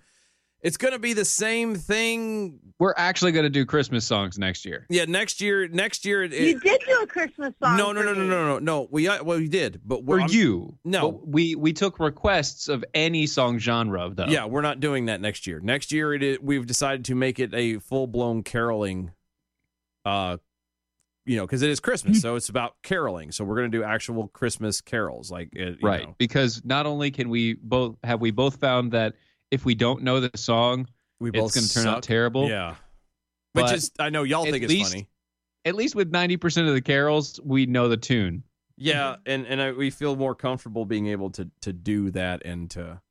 Speaker 4: It's going to be the same thing.
Speaker 5: We're actually going to do Christmas songs next year.
Speaker 4: Yeah, next year. Next year. It,
Speaker 1: you did do a Christmas song.
Speaker 4: no, no,
Speaker 1: for
Speaker 4: no, no,
Speaker 1: me.
Speaker 4: no, no, no. We uh, well, we did, but
Speaker 5: For
Speaker 4: we're I'm-
Speaker 5: you.
Speaker 4: No.
Speaker 5: But we we took requests of any song genre though.
Speaker 4: Yeah, we're not doing that next year. Next year, it is, we've decided to make it a full blown caroling. Uh, you know, because it is Christmas, so it's about caroling. So we're going to do actual Christmas carols, like uh, you
Speaker 5: right.
Speaker 4: know.
Speaker 5: Because not only can we both have we both found that if we don't know the song,
Speaker 4: we
Speaker 5: it's
Speaker 4: both
Speaker 5: going to turn
Speaker 4: suck.
Speaker 5: out terrible.
Speaker 4: Yeah,
Speaker 5: But
Speaker 4: which is I know y'all
Speaker 5: at
Speaker 4: think it's
Speaker 5: least-
Speaker 4: funny.
Speaker 5: At least with ninety percent of the carols, we know the tune.
Speaker 4: Yeah, and and I, we feel more comfortable being able to to do that and to,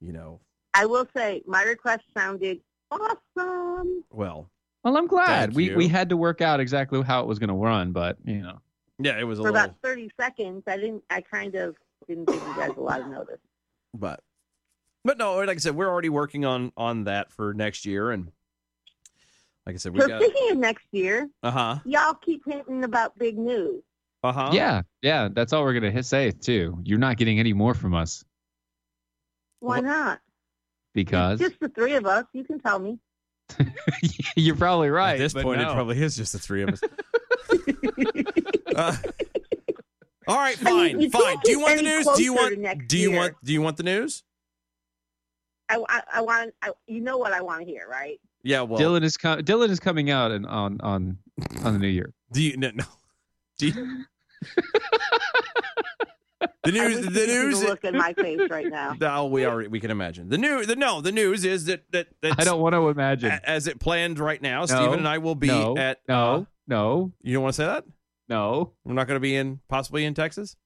Speaker 4: you know,
Speaker 1: I will say my request sounded awesome.
Speaker 4: well,
Speaker 5: Well, I'm glad
Speaker 4: Thank
Speaker 5: we
Speaker 4: you.
Speaker 5: we had to work out exactly how it was going to run, but you know.
Speaker 4: yeah, it was a
Speaker 1: for
Speaker 4: little,
Speaker 1: about 30 seconds. I didn't. I kind of didn't give you guys a lot of notice.
Speaker 4: but but no, like I said, we're already working on on that for next year, and like I said, we
Speaker 1: so
Speaker 4: got
Speaker 1: speaking of next year,
Speaker 4: uh huh.
Speaker 1: y'all keep hinting about big news.
Speaker 4: Uh huh.
Speaker 5: Yeah, yeah, that's all we're gonna hit say too. You're not getting any more from us
Speaker 1: Why not?
Speaker 5: because
Speaker 1: Just the three of us. You can tell me.
Speaker 5: you're probably right.
Speaker 4: At this
Speaker 5: but
Speaker 4: point,
Speaker 5: no.
Speaker 4: it probably is just the three of us. Uh, all right,
Speaker 1: I mean,
Speaker 4: fine,
Speaker 1: you
Speaker 4: fine.
Speaker 1: can't
Speaker 4: Do you
Speaker 1: get
Speaker 4: want the
Speaker 1: any
Speaker 4: news? Do you
Speaker 1: closer to
Speaker 4: want?
Speaker 1: next
Speaker 4: Do you
Speaker 1: year.
Speaker 4: want? Do you want the news?
Speaker 1: I, I, I want. I, you know what I want to hear, right?
Speaker 4: Yeah. Well,
Speaker 5: Dylan is com- Dylan is coming out and on on on the new year.
Speaker 4: do you no? no. Do you, the
Speaker 1: I
Speaker 4: news.
Speaker 1: wish
Speaker 4: The
Speaker 1: you could see
Speaker 4: news.
Speaker 1: The look in my face right now.
Speaker 4: No, we already we can imagine the new the no the news is that that that's,
Speaker 5: I don't want to imagine.
Speaker 4: a- as it planned right now.
Speaker 5: No,
Speaker 4: Stephen and I will be
Speaker 5: no,
Speaker 4: at
Speaker 5: no
Speaker 4: uh,
Speaker 5: no
Speaker 4: you don't want to say that
Speaker 5: no.
Speaker 4: we're not going to be in possibly in Texas.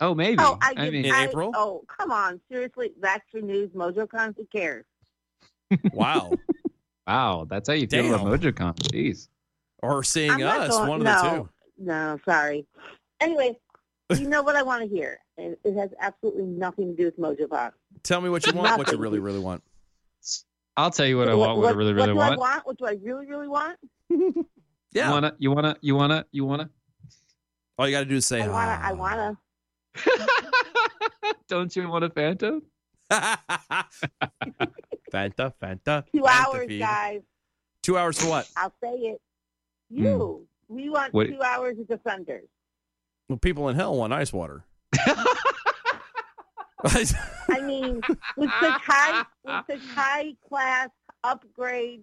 Speaker 5: Oh maybe.
Speaker 1: Oh, I, did,
Speaker 5: mean,
Speaker 4: In
Speaker 1: I-
Speaker 4: April?
Speaker 1: Oh, come on, seriously, that's your news. MojoCon, who cares?
Speaker 4: Wow,
Speaker 5: wow, that's how you feel about
Speaker 4: Damn.
Speaker 5: MojoCon. Jeez.
Speaker 4: or seeing
Speaker 1: not
Speaker 4: us
Speaker 1: going-
Speaker 4: one of the
Speaker 1: no.
Speaker 4: two.
Speaker 1: No, sorry. Anyway, you know what I want to hear. It, it has absolutely nothing to do with MojoCon.
Speaker 4: Tell me what you want. What you
Speaker 1: Nothing.
Speaker 4: really really want.
Speaker 5: I'll tell you what I want. What, I really really
Speaker 1: what
Speaker 5: want.
Speaker 1: do I want? What do I really, really want?
Speaker 4: Yeah.
Speaker 5: You wanna you wanna you wanna you wanna.
Speaker 4: All you got to do is say
Speaker 1: I wanna, I
Speaker 4: "Ah."
Speaker 1: wanna.
Speaker 5: Don't you want a Phantom?
Speaker 4: Fanta, Fanta.
Speaker 1: Two
Speaker 4: Fanta
Speaker 1: hours,
Speaker 4: fever.
Speaker 1: guys.
Speaker 4: Two hours for what?
Speaker 1: I'll say it. You. We want
Speaker 5: Hmm. What-
Speaker 1: two hours of defenders.
Speaker 4: Well, people in hell want ice water.
Speaker 1: I mean, with
Speaker 4: Hmm.
Speaker 1: such high, with such high class upgrade.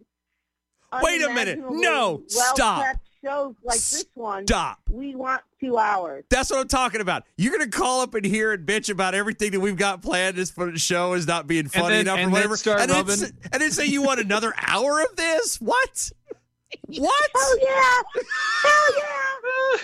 Speaker 4: Wait a minute. No,
Speaker 1: well
Speaker 4: stop.
Speaker 1: Shows like this one.
Speaker 4: Stop.
Speaker 1: We want two hours.
Speaker 4: That's what I'm talking about. You're gonna call up in here and bitch about everything that we've got planned as for the show is not being funny enough
Speaker 5: then-
Speaker 4: or
Speaker 5: and then
Speaker 4: whatever.
Speaker 5: start
Speaker 4: and, then,
Speaker 5: rubbing-
Speaker 4: s- and then say you want another hour of this? What? What?
Speaker 1: Hell yeah! Hell yeah!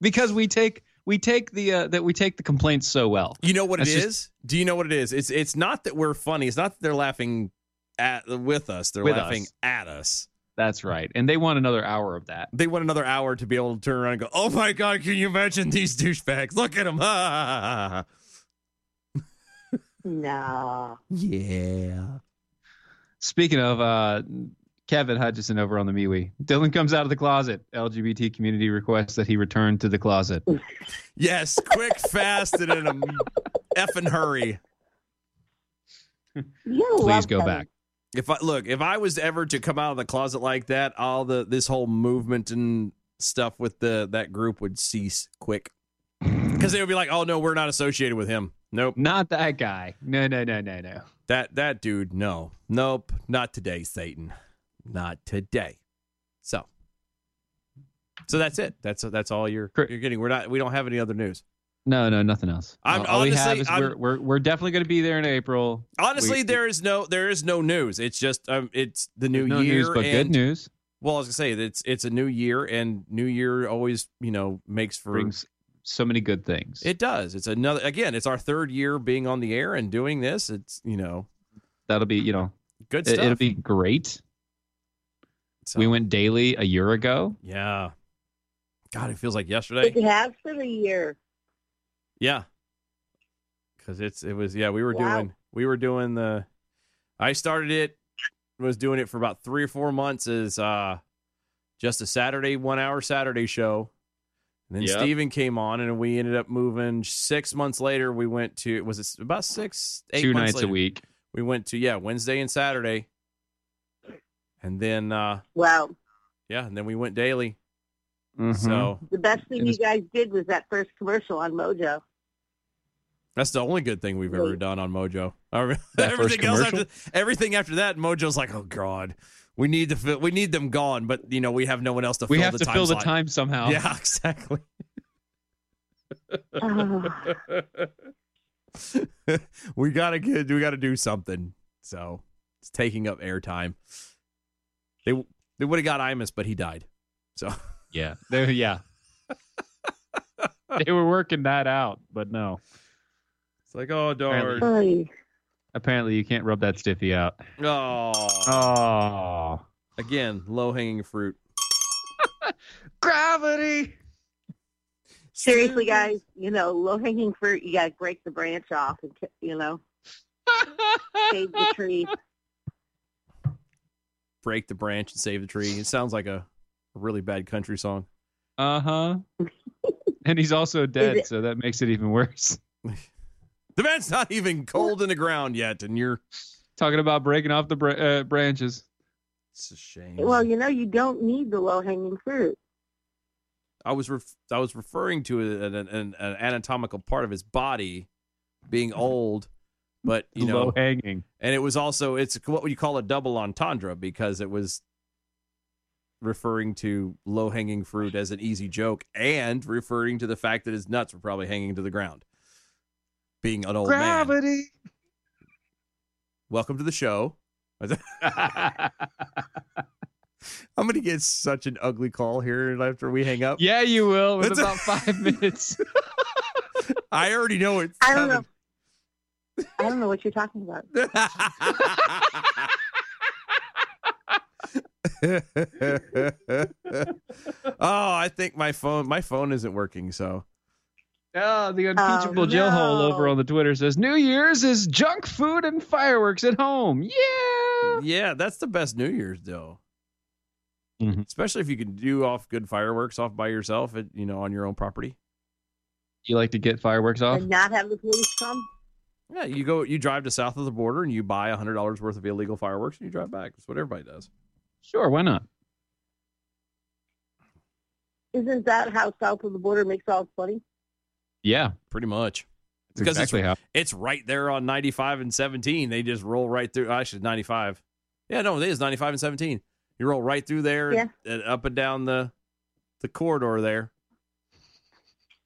Speaker 5: because we take we take the uh, that we take the complaints so well.
Speaker 4: You know what it
Speaker 5: That's
Speaker 4: is?
Speaker 5: just-
Speaker 4: Do you know what it is? It's it's not that we're funny. It's not that they're laughing at with us. They're
Speaker 5: With
Speaker 4: laughing
Speaker 5: us.
Speaker 4: at us.
Speaker 5: That's right. And they want another hour of that.
Speaker 4: They want another hour to be able to turn around and go, "Oh my god, can you imagine these douchebags? Look at them!" Ah.
Speaker 1: No.
Speaker 4: Yeah.
Speaker 5: Speaking of uh, Kevin Hutchison over on the MeWe, Dylan comes out of the closet. LGBT community requests that he return to the closet.
Speaker 4: Yes, quick, fast, and in a effing hurry.
Speaker 5: Please go back.
Speaker 4: If I look, if I was ever to come out of the closet like that, all the this whole movement and stuff with the that group would cease quick. Because they would be like, "Oh no, we're not associated with him. Nope,
Speaker 5: not that guy. No, no, no, no, no.
Speaker 4: That that dude. No, nope, not today, Satan. Not today." So, so that's it. That's that's all you're you're getting. We're not. We don't have any other news.
Speaker 5: No, no, nothing else.
Speaker 4: I'm-
Speaker 5: all, all we have
Speaker 4: honestly,
Speaker 5: is
Speaker 4: I'm-
Speaker 5: we're, we're we're definitely going to be there in April.
Speaker 4: Honestly,
Speaker 5: We-
Speaker 4: there is no there is no news. It's just um, it's the new
Speaker 5: no
Speaker 4: year.
Speaker 5: news, but good
Speaker 4: and-
Speaker 5: news.
Speaker 4: Well, I was gonna say it's it's a new year, and new year always you know makes for
Speaker 5: brings so many good things.
Speaker 4: It does. It's another again. It's our third year being on the air and doing this. It's you know
Speaker 5: That'll be you know
Speaker 4: good
Speaker 5: it-
Speaker 4: stuff.
Speaker 5: It'll be great. We went daily a year ago.
Speaker 4: yeah. God, it feels like yesterday.
Speaker 13: It has been a year.
Speaker 4: Yeah. Cause it's it was yeah, we were
Speaker 13: Wow.
Speaker 4: doing we were doing the I started it was doing it for about three or four months as uh just a Saturday one hour Saturday show. And then
Speaker 5: Yep.
Speaker 4: Steven came on and we ended up moving six months later we went to was it about six eight
Speaker 5: Two
Speaker 4: months
Speaker 5: nights a
Speaker 4: later,
Speaker 5: week.
Speaker 4: We went to yeah, Wednesday and Saturday. And then uh
Speaker 13: Wow.
Speaker 4: yeah, and then we went daily.
Speaker 5: Mm-hmm.
Speaker 4: So
Speaker 13: The best thing
Speaker 4: It
Speaker 13: you
Speaker 4: is-
Speaker 13: guys did was that first commercial on Mojo.
Speaker 4: That's the only good thing we've ever done on Mojo. Every-
Speaker 5: That first
Speaker 4: everything else, after,
Speaker 5: commercial?
Speaker 4: everything after that, Mojo's like, oh god, we need to fill, we need them gone, but you know we have no one else to
Speaker 5: we
Speaker 4: fill
Speaker 5: have
Speaker 4: the
Speaker 5: to
Speaker 4: time
Speaker 5: fill the
Speaker 4: slot.
Speaker 5: time somehow.
Speaker 4: Yeah, exactly. we gotta get, we gotta do something. So it's taking up airtime. They they would have got Imus, but he died. So
Speaker 5: Yeah. They, yeah. they were working that out, but no.
Speaker 4: it's like, oh darn,
Speaker 13: Oy.
Speaker 5: Apparently, you can't rub that stiffy out.
Speaker 4: oh,
Speaker 5: Oh.
Speaker 4: again, low hanging fruit.
Speaker 5: Gravity.
Speaker 13: Seriously, guys, you know, low hanging fruit, you got to break the branch off and, ki- you know, save the tree.
Speaker 4: Break the branch and save the tree. It sounds like a really bad country song.
Speaker 5: Uh huh. and he's also dead,
Speaker 13: it-
Speaker 5: so that makes it even worse.
Speaker 4: The man's not even cold in the ground yet, and you're.
Speaker 5: Talking about breaking off the br- uh, branches.
Speaker 4: It's a shame.
Speaker 13: Well, you know, you don't need the low hanging fruit.
Speaker 4: I was ref- I was referring to an, an, an anatomical part of his body being old, but you know,
Speaker 5: Low hanging.
Speaker 4: and it was also it's what you call a double entendre because it was referring to low hanging fruit as an easy joke and referring to the fact that his nuts were probably hanging to the ground. Being an old man.
Speaker 5: Gravity.
Speaker 4: Welcome to the show. I'm gonna get such an ugly call here after we hang up.
Speaker 5: yeah, you will in
Speaker 4: That's a-
Speaker 5: about five minutes.
Speaker 4: I already know it.
Speaker 13: I don't know. I don't know what you're talking about.
Speaker 4: oh, I think my phone my phone isn't working, so
Speaker 5: Oh, the unteachable
Speaker 13: Oh,
Speaker 5: Jill Hole
Speaker 13: no.
Speaker 5: over on the Twitter says New Year's is junk food and fireworks at home. Yeah.
Speaker 4: yeah, that's the best New Year's though.
Speaker 5: Mhm.
Speaker 4: Especially if you can do off good fireworks off by yourself, at, you know, on your own property.
Speaker 5: You like to get fireworks off?
Speaker 13: And not have the police come?
Speaker 4: Yeah, you go, you drive to south of the border and you buy a hundred dollars worth of illegal fireworks and you drive back. That's what everybody does.
Speaker 5: Sure, why not?
Speaker 13: Isn't that how south of the border makes all its money?
Speaker 5: Yeah.
Speaker 4: Pretty much.
Speaker 5: That's
Speaker 4: Because it's-
Speaker 5: exactly how.
Speaker 4: It's right there on 95 and 17. They just roll right through. Actually, 95. Yeah, no, it is 95 and 17. You roll right through there,
Speaker 13: Yeah.
Speaker 4: and up and down the the corridor there.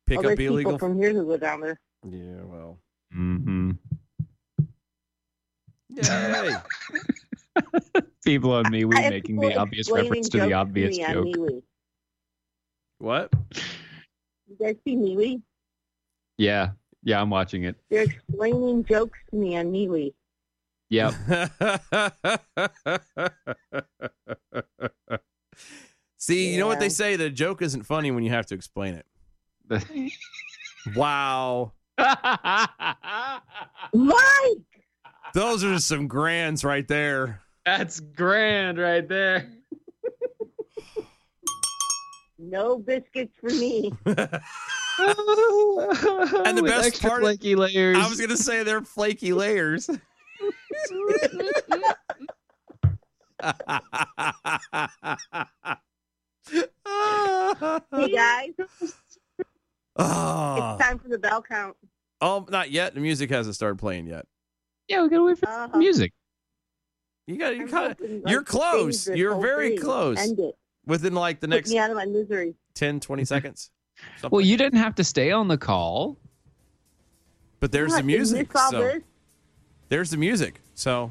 Speaker 4: Pick
Speaker 13: oh,
Speaker 4: up
Speaker 13: there's people
Speaker 4: illegal.
Speaker 13: from here who go down there.
Speaker 4: yeah, well.
Speaker 5: Mm-hmm.
Speaker 4: Yay.
Speaker 5: People on me, we
Speaker 13: I have
Speaker 5: making
Speaker 13: people
Speaker 5: the obvious
Speaker 13: explaining
Speaker 5: reference to the
Speaker 13: jokes
Speaker 5: obvious
Speaker 13: me on
Speaker 5: joke.
Speaker 13: MeWe.
Speaker 4: what?
Speaker 13: You guys see MeWe?
Speaker 5: Yeah. Yeah, I'm watching it.
Speaker 13: They're explaining jokes to me on MeWe.
Speaker 5: Yep.
Speaker 4: See, you know what
Speaker 13: Yeah.
Speaker 4: they say? The joke isn't funny when you have to explain it. Wow. Uh,
Speaker 13: Mike!
Speaker 4: Those are some grands right there.
Speaker 5: That's grand right there.
Speaker 13: No biscuits for me.
Speaker 4: and the
Speaker 5: With
Speaker 4: best
Speaker 5: extra
Speaker 4: part,
Speaker 5: flaky layers.
Speaker 4: I was gonna say they're flaky layers.
Speaker 14: Hey guys,
Speaker 4: Ah.
Speaker 14: it's time for the bell count.
Speaker 4: oh, not yet. The music hasn't started playing yet.
Speaker 5: Yeah, we gotta wait for
Speaker 4: Uh-huh.
Speaker 14: Uh,
Speaker 5: music.
Speaker 4: You got. You
Speaker 14: I'm
Speaker 4: kind
Speaker 14: hoping,
Speaker 4: of.
Speaker 14: like,
Speaker 4: You're
Speaker 14: to
Speaker 4: close.
Speaker 14: save this
Speaker 4: You're
Speaker 14: whole
Speaker 4: very
Speaker 14: thing.
Speaker 4: close.
Speaker 14: End it.
Speaker 4: Within like the
Speaker 14: Put
Speaker 4: next
Speaker 14: me out of my misery.
Speaker 4: 10, 20
Speaker 14: Mm-hmm.
Speaker 4: seconds. Something
Speaker 5: Well,
Speaker 4: like-
Speaker 5: you didn't have to stay on the call.
Speaker 4: but there's
Speaker 14: What,
Speaker 4: the
Speaker 14: you
Speaker 4: music.
Speaker 14: missed all
Speaker 4: So
Speaker 14: this?
Speaker 4: there's the music. So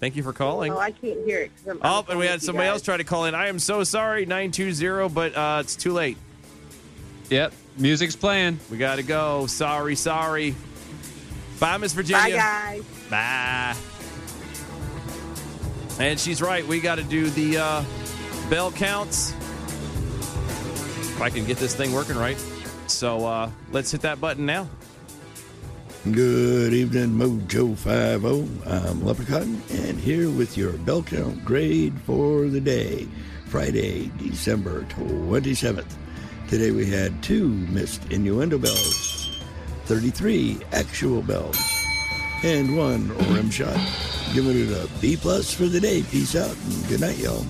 Speaker 4: thank you for calling.
Speaker 14: Oh, I can't hear it. 'cause I'm on
Speaker 4: Oh,
Speaker 14: the
Speaker 4: and
Speaker 14: phone
Speaker 4: we
Speaker 14: with
Speaker 4: had
Speaker 14: you
Speaker 4: somebody
Speaker 14: guys.
Speaker 4: else try to call in. I am so sorry, 920, but uh, it's too late.
Speaker 5: Yep, music's playing.
Speaker 4: We got to go. Sorry, sorry. Bye, Miss
Speaker 14: Bye,
Speaker 4: Virginia.
Speaker 14: guys.
Speaker 4: Bye. And she's right. We got to do the uh, bell counts. If I can get this thing working right. So uh, let's hit that button now.
Speaker 1: Good evening, Mojo 50. I'm Leprechaun, and here with your bell count grade for the day, Friday, December 27th. Today we had two missed innuendo bells, 33 actual bells, and one rim shot. Giving it a B plus for the day. Peace out and good night, y'all.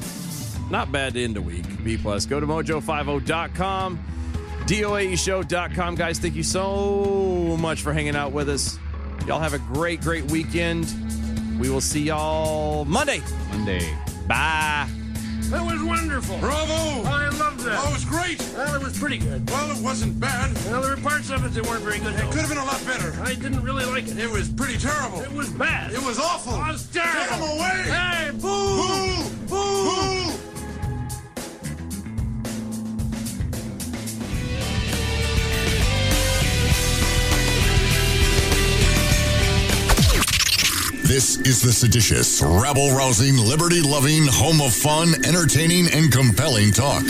Speaker 4: Not bad to end the week. B plus. Go to mojo50.com, E doaeshow.com. Guys, thank you so much for hanging out with us. Y'all have a great, great weekend. We will see y'all Monday.
Speaker 5: Monday.
Speaker 4: Bye.
Speaker 15: That was wonderful.
Speaker 16: Bravo.
Speaker 15: I loved that.
Speaker 16: Oh, it was great.
Speaker 15: Well, it was pretty good.
Speaker 16: Well, it wasn't bad.
Speaker 15: Well, there were parts of it that weren't very good.
Speaker 16: It could have been a lot better.
Speaker 15: I didn't really like it.
Speaker 16: It was pretty terrible.
Speaker 15: It was bad.
Speaker 16: It was awful.
Speaker 15: It was terrible.
Speaker 16: Get 'em away.
Speaker 15: Hey,
Speaker 16: Boo! Boo!
Speaker 12: This is the seditious, rabble rousing, liberty loving, home of fun, entertaining, and compelling talk.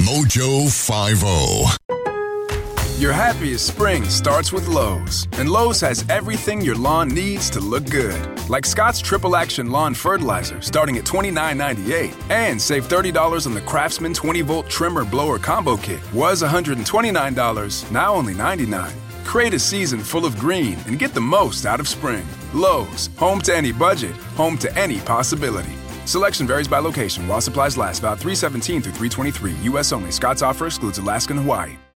Speaker 12: Mojo 50.
Speaker 17: Your happiest spring starts with Lowe's, and Lowe's has everything your lawn needs to look good. Like Scott's Triple Action Lawn Fertilizer starting at $29.98, and save $30 on the Craftsman 20 volt trimmer blower combo kit. Was $129, now only $99. Create a season full of green and get the most out of spring. Lowe's, home to any budget, home to any possibility. Selection varies by location while supplies last about 317 through 323, U.S. only. Scott's offer excludes Alaska and Hawaii.